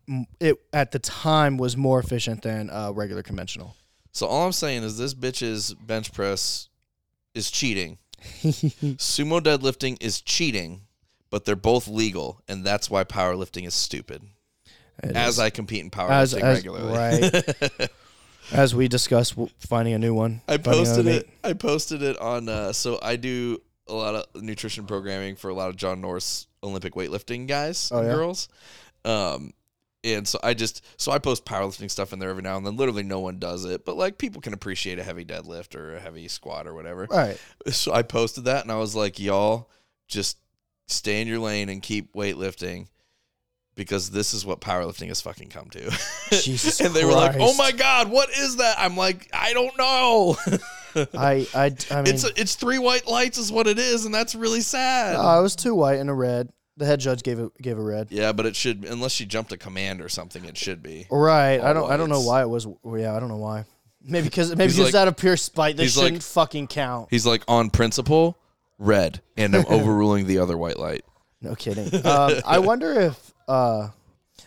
Speaker 2: m- it at the time was more efficient than uh, regular conventional.
Speaker 1: So all I'm saying is this bitch's bench press is cheating. Sumo deadlifting is cheating, but they're both legal, and that's why powerlifting is stupid.
Speaker 2: It
Speaker 1: as
Speaker 2: is.
Speaker 1: I compete in powerlifting
Speaker 2: as, as
Speaker 1: regularly.
Speaker 2: right as we discuss w- finding a new one.
Speaker 1: I
Speaker 2: finding another
Speaker 1: posted
Speaker 2: mate.
Speaker 1: it. I posted it on. Uh, so I do a lot of nutrition programming for a lot of John Norris Olympic weightlifting guys
Speaker 2: Oh,
Speaker 1: and
Speaker 2: yeah?
Speaker 1: girls. Um, and so I just so I post powerlifting stuff in there every now and then. Literally, no one does it, but like people can appreciate a heavy deadlift or a heavy squat or whatever.
Speaker 2: Right.
Speaker 1: So I posted that and I was like, y'all, just stay in your lane and keep weightlifting because this is what powerlifting has fucking come to.
Speaker 2: Jesus
Speaker 1: and they were like, oh
Speaker 2: Christ.
Speaker 1: my God, what is that? I'm like, I don't know.
Speaker 2: I I d- I mean
Speaker 1: it's it's three white lights is what it is, and that's really sad.
Speaker 2: I Oh, was too white and a red. The head judge gave a gave a red.
Speaker 1: yeah, but it should unless she jumped a command or something, it should be.
Speaker 2: Right. I
Speaker 1: All
Speaker 2: don't I don't know
Speaker 1: whites.
Speaker 2: why it was well, yeah, I don't know why. Maybe cuz maybe
Speaker 1: He's
Speaker 2: just
Speaker 1: like-
Speaker 2: out of pure spite that
Speaker 1: he's
Speaker 2: shouldn't
Speaker 1: like-
Speaker 2: fucking count.
Speaker 1: He's like on principle, red, and I'm overruling the other white light.
Speaker 2: No kidding. um, I wonder if uh,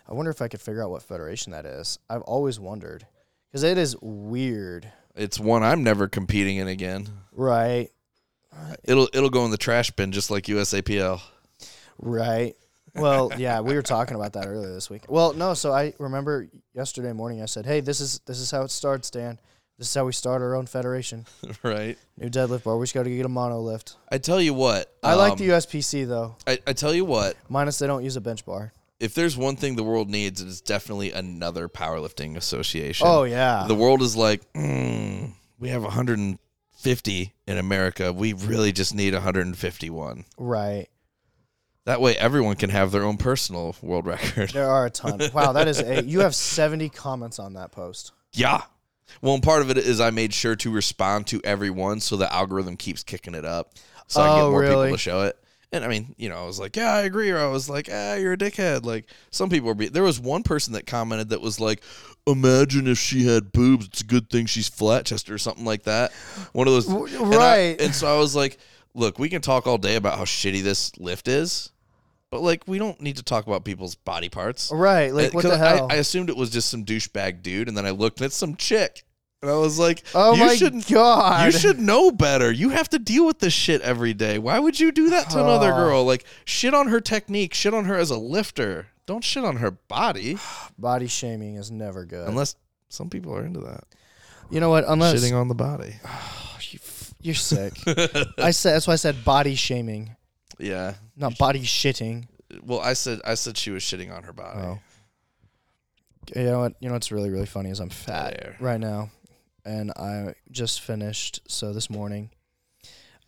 Speaker 2: I wonder if I could figure out what federation that is. I've always wondered because it is weird,
Speaker 1: It's one I'm never competing in again.
Speaker 2: right?
Speaker 1: It'll it'll go in the trash bin just like USAPL.
Speaker 2: Right. Well, yeah, we were talking about that earlier this week. Well, no, so I remember yesterday morning I said, "Hey, this is this is how it starts, Dan. This is how we start our own federation.
Speaker 1: right.
Speaker 2: New deadlift bar. We just got to get a mono lift.
Speaker 1: I tell you what.
Speaker 2: I like
Speaker 1: um,
Speaker 2: the USPC though,
Speaker 1: I, I tell you what.
Speaker 2: minus they don't use a bench bar.
Speaker 1: If there's one thing the world needs, it is definitely another powerlifting association.
Speaker 2: Oh yeah,
Speaker 1: the world is like, mm, we have 150 in America. We really just need 151.
Speaker 2: right.
Speaker 1: That way, everyone can have their own personal world record.
Speaker 2: There are a ton. wow, that is a you have seventy comments on that post.
Speaker 1: yeah. Well, and part of it is I made sure to respond to everyone so the algorithm keeps kicking it up, so I
Speaker 2: Oh,
Speaker 1: get more
Speaker 2: really?
Speaker 1: people to show it. And I mean, you know, I was like, yeah, I agree, or I was like, ah, you're a dickhead. Like some people were. Be- there was one person that commented that was like, imagine if she had boobs. It's a good thing she's flat chested or something like that. One of those,
Speaker 2: W-
Speaker 1: And I-
Speaker 2: right.
Speaker 1: and so I was like, look, we can talk all day about how shitty this lift is, but like, we don't need to talk about people's body parts.
Speaker 2: Right. Like, what the
Speaker 1: Because Uh, I-
Speaker 2: hell?
Speaker 1: I, assumed it was just some douchebag dude, and then I looked and it's some chick, and I was like,
Speaker 2: oh
Speaker 1: you
Speaker 2: my
Speaker 1: shouldn't,
Speaker 2: God.
Speaker 1: you should know better. You have to deal with this shit every day. Why would you do that to another
Speaker 2: Oh.
Speaker 1: girl? Like, shit on her technique, shit on her as a lifter. Don't shit on her body,
Speaker 2: Body shaming is never good.
Speaker 1: unless some people are into that.
Speaker 2: you know what? Unless
Speaker 1: Shitting on the body.
Speaker 2: you f- you're sick. I said that's why I said body shaming,
Speaker 1: Yeah.
Speaker 2: not body shitting.
Speaker 1: Well, I said I said she was shitting on her body.
Speaker 2: Oh. You know what? You know what's really really funny is I'm fat
Speaker 1: There.
Speaker 2: right now, and I just finished. So this morning,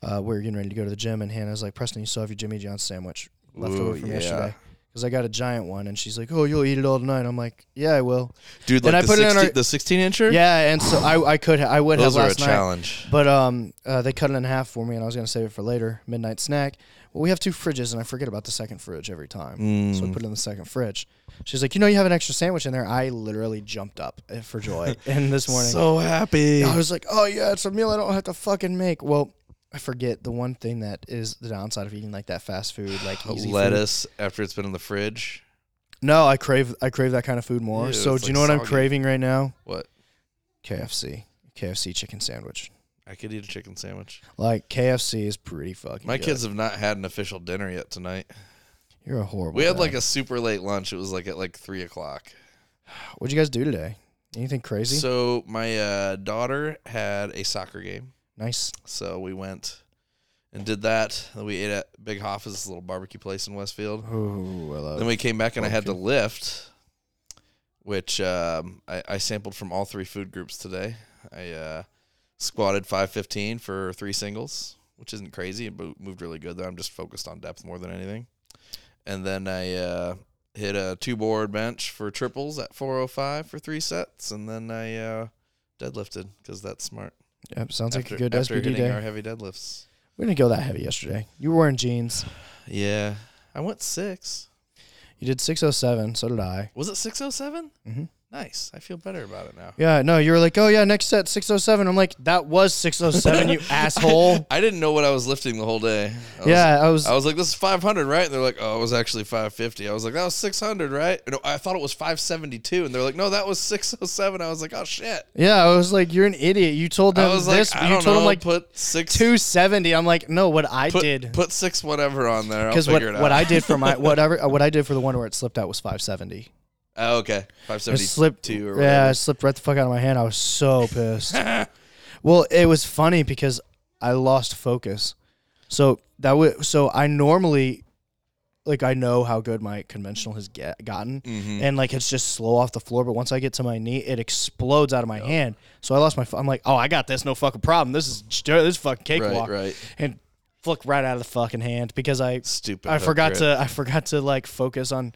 Speaker 2: uh, we were getting ready to go to the gym, and Hannah's like, "Preston, you still have your Jimmy John's sandwich left
Speaker 1: Ooh,
Speaker 2: over from
Speaker 1: yeah.
Speaker 2: yesterday." Because I got a giant one, and she's like, "Oh, you'll eat it all tonight." I'm like, "Yeah, I will."
Speaker 1: Dude, like
Speaker 2: And I
Speaker 1: the,
Speaker 2: put it in
Speaker 1: 16,
Speaker 2: our-
Speaker 1: the 16 incher?
Speaker 2: Yeah, and so I, I could I would
Speaker 1: Those
Speaker 2: have
Speaker 1: are a
Speaker 2: last night.
Speaker 1: challenge.
Speaker 2: But um, uh, they cut it in half for me, and I was gonna save it for later, midnight snack. Well, we have two fridges, and I forget about the second fridge every time,
Speaker 1: Mm.
Speaker 2: so we put it in the second fridge. She's like, "You know, you have an extra sandwich in there." I literally jumped up eh, for joy, and this morning
Speaker 1: So happy.
Speaker 2: I was like, "Oh yeah, it's a meal I don't have to fucking make." Well, I forget the one thing that is the downside of eating like that fast food, like easy food.
Speaker 1: Lettuce after it's been in the fridge.
Speaker 2: No, I crave I crave that kind of food more.
Speaker 1: Ew,
Speaker 2: so
Speaker 1: it's
Speaker 2: do
Speaker 1: like
Speaker 2: you know what I'm
Speaker 1: soggy.
Speaker 2: craving right now?
Speaker 1: What?
Speaker 2: KFC, KFC chicken sandwich.
Speaker 1: I could eat a chicken sandwich.
Speaker 2: Like KFC is pretty fucking.
Speaker 1: My
Speaker 2: good.
Speaker 1: kids have not had an official dinner yet tonight.
Speaker 2: you're a horrible.
Speaker 1: We had
Speaker 2: dad.
Speaker 1: like a super late lunch. It was like at like three o'clock.
Speaker 2: What'd you guys do today? Anything crazy?
Speaker 1: So my uh, daughter had a soccer game.
Speaker 2: nice.
Speaker 1: So we went and did that. Then we ate at Big Hoffa's, this little barbecue place in Westfield.
Speaker 2: Oh, I love
Speaker 1: Then we came back and I had to lift, which um, I, I sampled from all three food groups today. I uh, squatted 515 for three singles, which isn't crazy, but it moved really good there. I'm just focused on depth more than anything. And then I uh, hit a two board bench for triples at 405 for three sets. And then I uh, deadlifted because that's smart.
Speaker 2: Yep, sounds
Speaker 1: After-
Speaker 2: like a good
Speaker 1: after
Speaker 2: SBD
Speaker 1: hitting
Speaker 2: day.
Speaker 1: our heavy deadlifts.
Speaker 2: we didn't go that heavy yesterday. You were wearing jeans.
Speaker 1: Yeah. I went six.
Speaker 2: You did 607, so did I.
Speaker 1: Was it 607?
Speaker 2: Mhm.
Speaker 1: Nice. I feel better about it now.
Speaker 2: Yeah, no, you were like, oh yeah, next set 607. I'm like, that was 607, you asshole.
Speaker 1: I didn't know what I was lifting the whole day. I was,
Speaker 2: yeah, I was.
Speaker 1: I was like, this is 500, right? And they're like, oh, it was actually 550. I was like, that was 600, right? No, I thought it was 572. And they're like, no, that was 607. I was like, oh, shit.
Speaker 2: yeah, I was like, you're an idiot. You told them
Speaker 1: I was
Speaker 2: this.
Speaker 1: like,
Speaker 2: you
Speaker 1: I don't
Speaker 2: told
Speaker 1: know.
Speaker 2: them like
Speaker 1: put six,
Speaker 2: 270. I'm like, no, what I
Speaker 1: put,
Speaker 2: did.
Speaker 1: put six whatever on there. I'll
Speaker 2: Because
Speaker 1: figure
Speaker 2: uh,
Speaker 1: it
Speaker 2: what
Speaker 1: out.
Speaker 2: what I did for my whatever what I did for the one where it slipped out was 570.
Speaker 1: Oh, okay.
Speaker 2: It
Speaker 1: 572
Speaker 2: slipped.
Speaker 1: or
Speaker 2: yeah,
Speaker 1: whatever.
Speaker 2: it slipped right the fuck out of my hand. I was so pissed. well, it was funny because I lost focus. So that would. So I normally, like, I know how good my conventional has get gotten,
Speaker 1: Mhm.
Speaker 2: and like it's just slow off the floor. But once I get to my knee, it explodes out of my hand. So I lost my. fo- I'm like, oh, I got this. No fucking problem. This is this is fucking cakewalk.
Speaker 1: Right, right.
Speaker 2: And flick right out of the fucking hand because I
Speaker 1: Stupid.
Speaker 2: I
Speaker 1: hook
Speaker 2: forgot
Speaker 1: grip.
Speaker 2: to I forgot to like focus on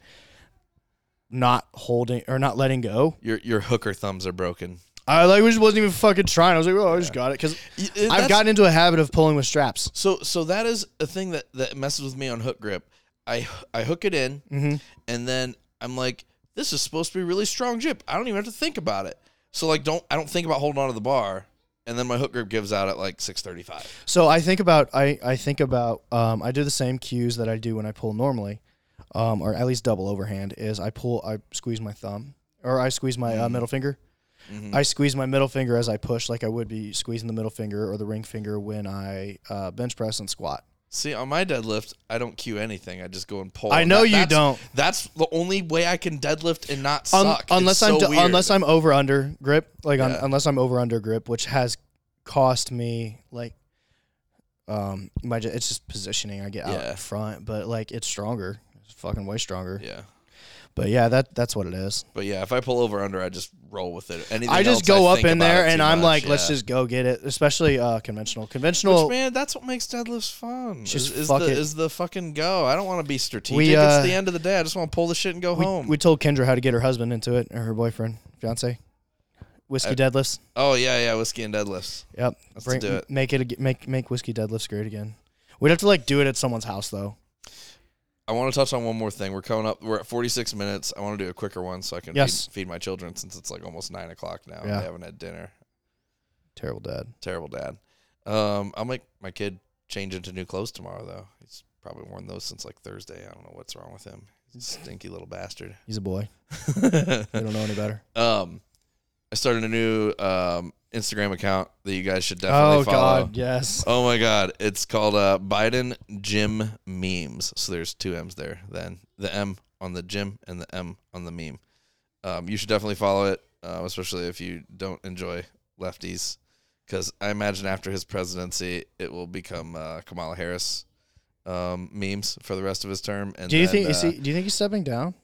Speaker 2: not holding or not letting go.
Speaker 1: Your your hooker thumbs are broken.
Speaker 2: I like just wasn't even fucking trying. I was like, oh, I just got it because I've gotten into a habit of pulling with straps.
Speaker 1: so so that is a thing that that messes with me on hook grip. I I hook it in,
Speaker 2: Mm-hmm.
Speaker 1: and then I'm like, this is supposed to be really strong grip. I don't even have to think about it. So like, don't I don't think about holding on to the bar, and then my hook grip gives out at like 6:35.
Speaker 2: So I think about I I think about um I do the same cues that I do when I pull normally, um or at least double overhand is I pull I squeeze my thumb or I squeeze my uh, middle finger. I squeeze my middle finger as I push, like I would be squeezing the middle finger or the ring finger when I uh, bench press and squat.
Speaker 1: See, on my deadlift, I don't cue anything. I just go and pull.
Speaker 2: I
Speaker 1: And
Speaker 2: know you
Speaker 1: that's-
Speaker 2: don't.
Speaker 1: That's the only way I can deadlift and not
Speaker 2: Un-
Speaker 1: suck.
Speaker 2: unless I'm
Speaker 1: so
Speaker 2: d- unless I'm over under grip, like un-
Speaker 1: Yeah.
Speaker 2: unless I'm over under grip, which has cost me like um my j- it's just positioning. I get
Speaker 1: Yeah.
Speaker 2: out front, but like it's stronger, it's fucking way stronger.
Speaker 1: yeah.
Speaker 2: But yeah, that that's what it is.
Speaker 1: But yeah, if I pull over under, I just roll with it. Anything
Speaker 2: I just
Speaker 1: else,
Speaker 2: go up
Speaker 1: think
Speaker 2: in
Speaker 1: about
Speaker 2: there
Speaker 1: it too
Speaker 2: and I'm
Speaker 1: much,
Speaker 2: like, let's
Speaker 1: yeah.
Speaker 2: just go get it. Especially uh conventional,
Speaker 1: Which,
Speaker 2: conventional.
Speaker 1: man, that's what makes deadlifts fun.
Speaker 2: Oh. Just
Speaker 1: Just is, is
Speaker 2: fuck
Speaker 1: the,
Speaker 2: it.
Speaker 1: is the fucking go. I don't want to be strategic.
Speaker 2: We, uh,
Speaker 1: it's the end of the day. I just want to pull the shit and go
Speaker 2: we,
Speaker 1: home.
Speaker 2: we told Kendra how to get her husband into it or her boyfriend, fiance, whiskey
Speaker 1: I-
Speaker 2: deadlifts.
Speaker 1: oh yeah, yeah, whiskey and deadlifts.
Speaker 2: Yep,
Speaker 1: Let's
Speaker 2: Bring,
Speaker 1: do it.
Speaker 2: Make it ag- make make whiskey deadlifts great again. We'd have to like do it at someone's house though.
Speaker 1: I want to touch on one more thing. We're coming up. We're at 46 minutes. I want to do a quicker one so I can
Speaker 2: Yes.
Speaker 1: feed, feed my children since it's like almost nine o'clock now.
Speaker 2: Yeah.
Speaker 1: They haven't had dinner.
Speaker 2: Terrible dad.
Speaker 1: Terrible dad. Um, I'll make my kid change into new clothes tomorrow though. He's probably worn those since like Thursday. I don't know what's wrong with him. He's a stinky little bastard.
Speaker 2: He's a boy. They don't know any better.
Speaker 1: Um, I started a new um, Instagram account that you guys should definitely
Speaker 2: oh
Speaker 1: follow.
Speaker 2: God, yes.
Speaker 1: Oh my God! It's called uh, Biden Jim Memes. So there's two M's there. Then the M on the Jim and the M on the meme. Um, you should definitely follow it, uh, especially if you don't enjoy lefties, because I imagine after his presidency, it will become uh, Kamala Harris um, memes for the rest of his term. And
Speaker 2: Do you
Speaker 1: then,
Speaker 2: think
Speaker 1: uh,
Speaker 2: you see? Do you think he's stepping down?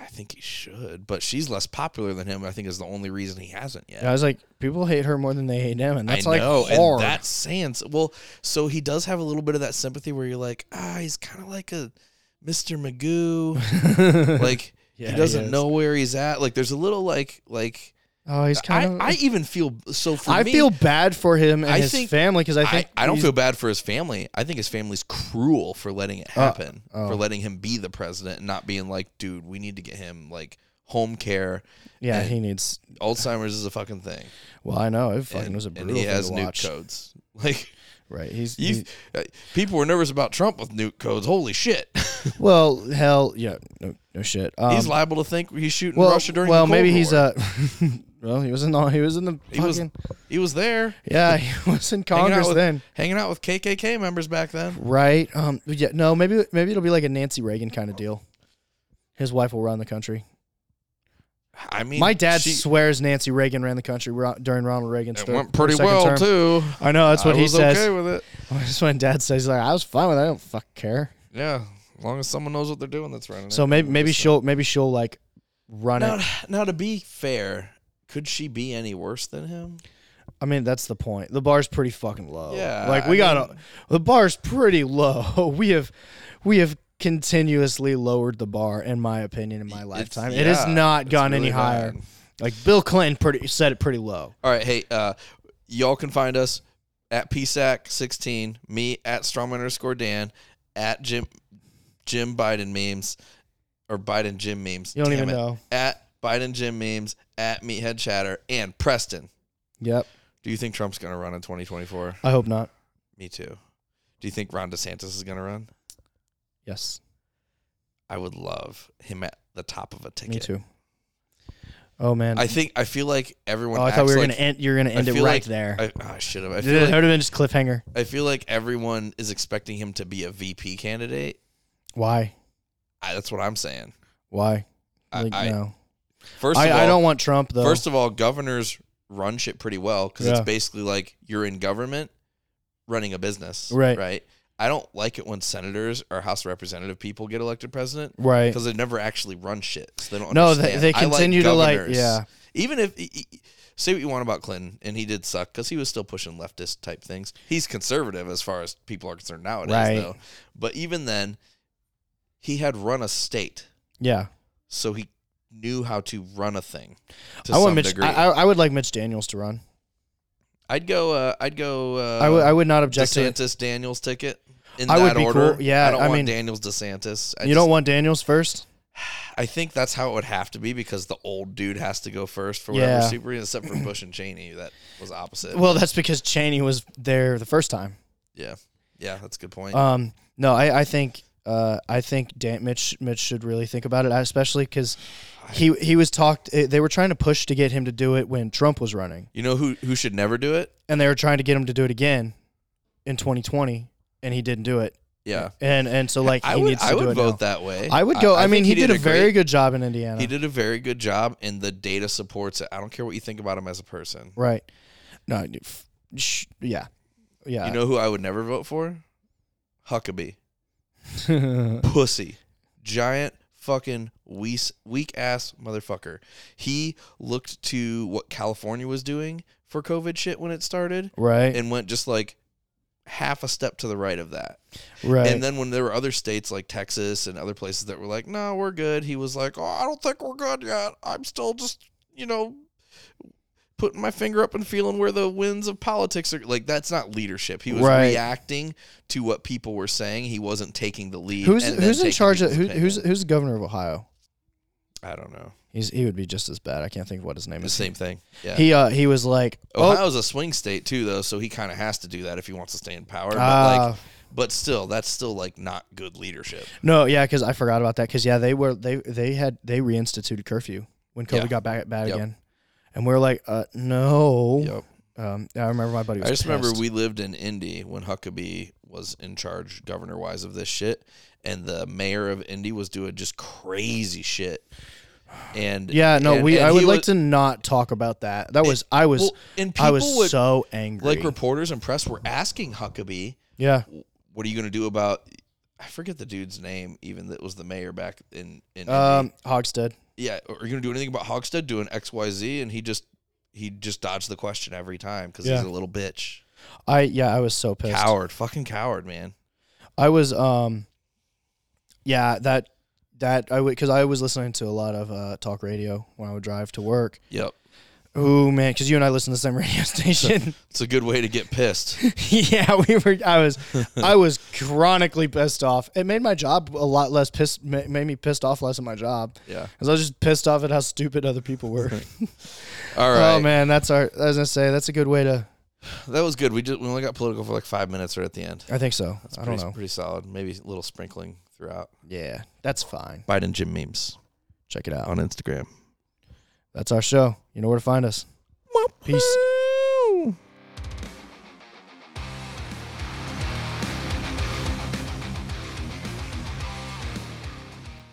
Speaker 1: I think he should, but she's less popular than him. I think is the only reason he hasn't yet.
Speaker 2: I was like, people hate her more than they hate him, and that's
Speaker 1: I
Speaker 2: like
Speaker 1: know,
Speaker 2: hard.
Speaker 1: and that's saying s- well. So he does have a little bit of that sympathy where you're like, ah, he's kind of like a Mr. Magoo, like
Speaker 2: Yeah,
Speaker 1: he
Speaker 2: he
Speaker 1: doesn't
Speaker 2: is.
Speaker 1: know where he's at. Like there's a little like like
Speaker 2: oh, he's
Speaker 1: I,
Speaker 2: kind of.
Speaker 1: I even feel so for
Speaker 2: I
Speaker 1: me,
Speaker 2: feel bad for him and
Speaker 1: I
Speaker 2: his
Speaker 1: think-
Speaker 2: family because I
Speaker 1: I,
Speaker 2: think
Speaker 1: I don't
Speaker 2: he's-
Speaker 1: feel bad for his family. I think his family's cruel for letting it happen,
Speaker 2: oh.
Speaker 1: for letting him be the president and not being like, dude, we need to get him like home care.
Speaker 2: Yeah,
Speaker 1: and
Speaker 2: he needs.
Speaker 1: Alzheimer's is a fucking thing.
Speaker 2: Well, I know it fucking
Speaker 1: and,
Speaker 2: was a
Speaker 1: and
Speaker 2: brutal
Speaker 1: he
Speaker 2: thing
Speaker 1: has
Speaker 2: to
Speaker 1: new
Speaker 2: watch.
Speaker 1: codes. Like
Speaker 2: Right, he's,
Speaker 1: You,
Speaker 2: he's-
Speaker 1: uh, people were nervous about Trump with nuke codes. Holy shit!
Speaker 2: well, hell yeah, no, no shit. Um,
Speaker 1: he's liable to think he's shooting
Speaker 2: well,
Speaker 1: Russia during.
Speaker 2: well,
Speaker 1: the Cold
Speaker 2: maybe he's
Speaker 1: War.
Speaker 2: uh, well, he was in the he was in the
Speaker 1: He
Speaker 2: fucking
Speaker 1: was, he was there
Speaker 2: yeah he was in
Speaker 1: hanging out
Speaker 2: Congress
Speaker 1: with-
Speaker 2: then.
Speaker 1: hanging out with KKK members back then.
Speaker 2: Right. Um. Yeah. No. Maybe. Maybe it'll be like a Nancy Reagan kind of deal. His wife will run the country.
Speaker 1: I mean,
Speaker 2: My dad
Speaker 1: she,
Speaker 2: swears Nancy Reagan ran the country ro- during Ronald Reagan's
Speaker 1: it
Speaker 2: thir-
Speaker 1: went pretty
Speaker 2: second
Speaker 1: well
Speaker 2: term.
Speaker 1: too.
Speaker 2: I know that's what
Speaker 1: I
Speaker 2: he
Speaker 1: was
Speaker 2: says.
Speaker 1: okay with it.
Speaker 2: That's when dad says like, "I was fine with. It. I don't fuck care."
Speaker 1: Yeah, as long as someone knows what they're doing, that's running.
Speaker 2: So
Speaker 1: it.
Speaker 2: maybe maybe she'll maybe she'll like run
Speaker 1: now,
Speaker 2: it.
Speaker 1: now to be fair, could she be any worse than him?
Speaker 2: I mean that's the point. The bar's pretty fucking low.
Speaker 1: Yeah,
Speaker 2: Oh, Like we
Speaker 1: I
Speaker 2: got
Speaker 1: mean-
Speaker 2: the bar's pretty low. We have we have continuously lowered the bar in my opinion in my lifetime. it has
Speaker 1: yeah,
Speaker 2: not
Speaker 1: it's
Speaker 2: gone
Speaker 1: really
Speaker 2: any higher.
Speaker 1: bad.
Speaker 2: Like Bill Clinton pretty set it pretty low.
Speaker 1: All right, hey, uh, y'all can find us at PSAC16, me at Strongman underscore Dan, at Jim Jim Biden memes or Biden Jim memes.
Speaker 2: You don't
Speaker 1: damn
Speaker 2: even
Speaker 1: it,
Speaker 2: know.
Speaker 1: At Biden Jim memes, at Meathead Chatter, and Preston.
Speaker 2: Yep.
Speaker 1: Do you think Trump's gonna run in 2024?
Speaker 2: I hope not.
Speaker 1: Me too. Do you think Ron DeSantis is gonna run?
Speaker 2: Yes.
Speaker 1: I would love him at the top of a ticket.
Speaker 2: Me too. Oh man.
Speaker 1: I think I feel like everyone.
Speaker 2: oh, I
Speaker 1: acts
Speaker 2: thought we were
Speaker 1: like,
Speaker 2: gonna end. You're gonna
Speaker 1: I
Speaker 2: end it right
Speaker 1: feel like-
Speaker 2: there.
Speaker 1: I, oh, I should have. I
Speaker 2: it
Speaker 1: feel
Speaker 2: would
Speaker 1: like
Speaker 2: have been just cliffhanger.
Speaker 1: I feel like everyone is expecting him to be a VP candidate.
Speaker 2: Why?
Speaker 1: I, that's what I'm saying.
Speaker 2: Why?
Speaker 1: I,
Speaker 2: Like,
Speaker 1: I
Speaker 2: no.
Speaker 1: first
Speaker 2: I,
Speaker 1: of all,
Speaker 2: I don't want Trump though.
Speaker 1: First of all, governors run shit pretty well because it's
Speaker 2: Yeah.
Speaker 1: basically like you're in government running a business.
Speaker 2: Right.
Speaker 1: Right. I don't like it when senators or House representative people get elected president
Speaker 2: right.
Speaker 1: because they never actually run shit. So they don't
Speaker 2: No, they,
Speaker 1: understand.
Speaker 2: they
Speaker 1: I like
Speaker 2: continue to like
Speaker 1: governors.
Speaker 2: yeah.
Speaker 1: Even if e- e- say what you want about Clinton, and he did suck because he was still pushing leftist type things. He's conservative as far as people are concerned nowadays,
Speaker 2: Right.
Speaker 1: though. But even then, he had run a state,
Speaker 2: Yeah.
Speaker 1: so he knew how to run a thing. To
Speaker 2: I
Speaker 1: some
Speaker 2: want Mitch
Speaker 1: degree.
Speaker 2: I, I I would like Mitch Daniels to run.
Speaker 1: I'd go. Uh, I'd go. Uh,
Speaker 2: I would I would not object to it.
Speaker 1: DeSantis Daniels ticket in
Speaker 2: I would
Speaker 1: that
Speaker 2: be
Speaker 1: order.
Speaker 2: cool. Yeah,
Speaker 1: I don't
Speaker 2: I
Speaker 1: want
Speaker 2: mean-
Speaker 1: Daniels DeSantis. I
Speaker 2: You don't want Daniels first?
Speaker 1: I think that's how it would have to be because the old dude has to go first for whatever
Speaker 2: Yeah.
Speaker 1: super reason, except for Bush and Cheney. That was opposite.
Speaker 2: Well, that's because Cheney was there the first time.
Speaker 1: yeah, yeah, that's a good point.
Speaker 2: Um, no, I, I think uh, I think Dan, Mitch Mitch should really think about it, especially because he he was talked. eh, They were trying to push to get him to do it when Trump was running,
Speaker 1: you know who who should never do it?
Speaker 2: and they were trying to get him to do it again in 2020, and he didn't do it.
Speaker 1: Yeah,
Speaker 2: And and so like
Speaker 1: I
Speaker 2: he
Speaker 1: would.
Speaker 2: needs to
Speaker 1: I
Speaker 2: do
Speaker 1: would
Speaker 2: it
Speaker 1: vote that way.
Speaker 2: now. I would go. I, mean,
Speaker 1: think
Speaker 2: he, did, a very
Speaker 1: great-
Speaker 2: good job in Indiana.
Speaker 1: He did a very good job, and the data supports it. I don't care what you think about him as a person.
Speaker 2: right. No, I knew- f- sh- yeah, yeah.
Speaker 1: You know who I would never vote for? Huckabee. pussy, giant fucking weak weak ass motherfucker. He looked to what California was doing for COVID shit when it started
Speaker 2: right,
Speaker 1: and went just like half a step to the right of that.
Speaker 2: right.
Speaker 1: And then when there were other states like Texas and other places that were like, "No, we're good." He was like, "Oh, I don't think we're good yet. I'm still just, you know, putting my finger up and feeling where the winds of politics are." Like that's not leadership. He was
Speaker 2: Right.
Speaker 1: reacting to what people were saying. He wasn't taking the lead.
Speaker 2: who's
Speaker 1: and then
Speaker 2: who's in
Speaker 1: taking
Speaker 2: charge of
Speaker 1: people's
Speaker 2: who, who's
Speaker 1: opinion.
Speaker 2: who's the governor of Ohio?
Speaker 1: I don't know.
Speaker 2: He's he would be just as bad. I can't think of what his name
Speaker 1: The
Speaker 2: is.
Speaker 1: same thing. Yeah.
Speaker 2: He uh he was like oh,
Speaker 1: Ohio's a swing state too, though, so he kind of has to do that if he wants to stay in power. But
Speaker 2: ah,
Speaker 1: like, but still, that's still like not good leadership.
Speaker 2: no yeah because I forgot about that because yeah they were they they had they reinstituted curfew when COVID
Speaker 1: Yeah.
Speaker 2: got back bad
Speaker 1: Yep.
Speaker 2: again, and we are like uh no um I remember my buddy was
Speaker 1: I just remember
Speaker 2: pissed.
Speaker 1: we lived in Indy when Huckabee was in charge, governor wise, of this shit, and the mayor of Indy was doing just crazy shit. And
Speaker 2: yeah no
Speaker 1: and-
Speaker 2: we
Speaker 1: and
Speaker 2: I
Speaker 1: he
Speaker 2: would like
Speaker 1: was-
Speaker 2: to not talk about that that was I was
Speaker 1: well, and people
Speaker 2: I was
Speaker 1: would,
Speaker 2: so angry
Speaker 1: like reporters and press were asking Huckabee,
Speaker 2: yeah
Speaker 1: "What are you going to do about?" I forget the dude's name, even that was the mayor back in in Indy.
Speaker 2: um Hogstead
Speaker 1: yeah, are you gonna do anything about Hogstead doing X, Y, Z? And he just he just dodged the question every time because
Speaker 2: Yeah.
Speaker 1: he's a little bitch,
Speaker 2: I yeah I was so pissed
Speaker 1: coward, fucking coward, man.
Speaker 2: I was um yeah that that I would because I was listening to a lot of uh, talk radio when I would drive to work.
Speaker 1: Yep,
Speaker 2: Oh man, because you and I listen to the same radio station.
Speaker 1: it's a good way to get pissed.
Speaker 2: yeah, we were. I was, I was chronically pissed off. It made my job a lot less pissed. ma- Made me pissed off less at my job
Speaker 1: Yeah.
Speaker 2: because I was just pissed off at how stupid other people were.
Speaker 1: All right.
Speaker 2: Oh man, that's our. I was gonna say that's a good way to.
Speaker 1: that was good. We just we only got political for like five minutes right at the end.
Speaker 2: I think so. I don't
Speaker 1: pretty,
Speaker 2: know.
Speaker 1: Pretty solid. Maybe a little sprinkling throughout.
Speaker 2: Yeah, that's fine.
Speaker 1: Biden Jim memes
Speaker 2: Check it out.
Speaker 1: on Instagram.
Speaker 2: That's our show. You know where to find us. Peace.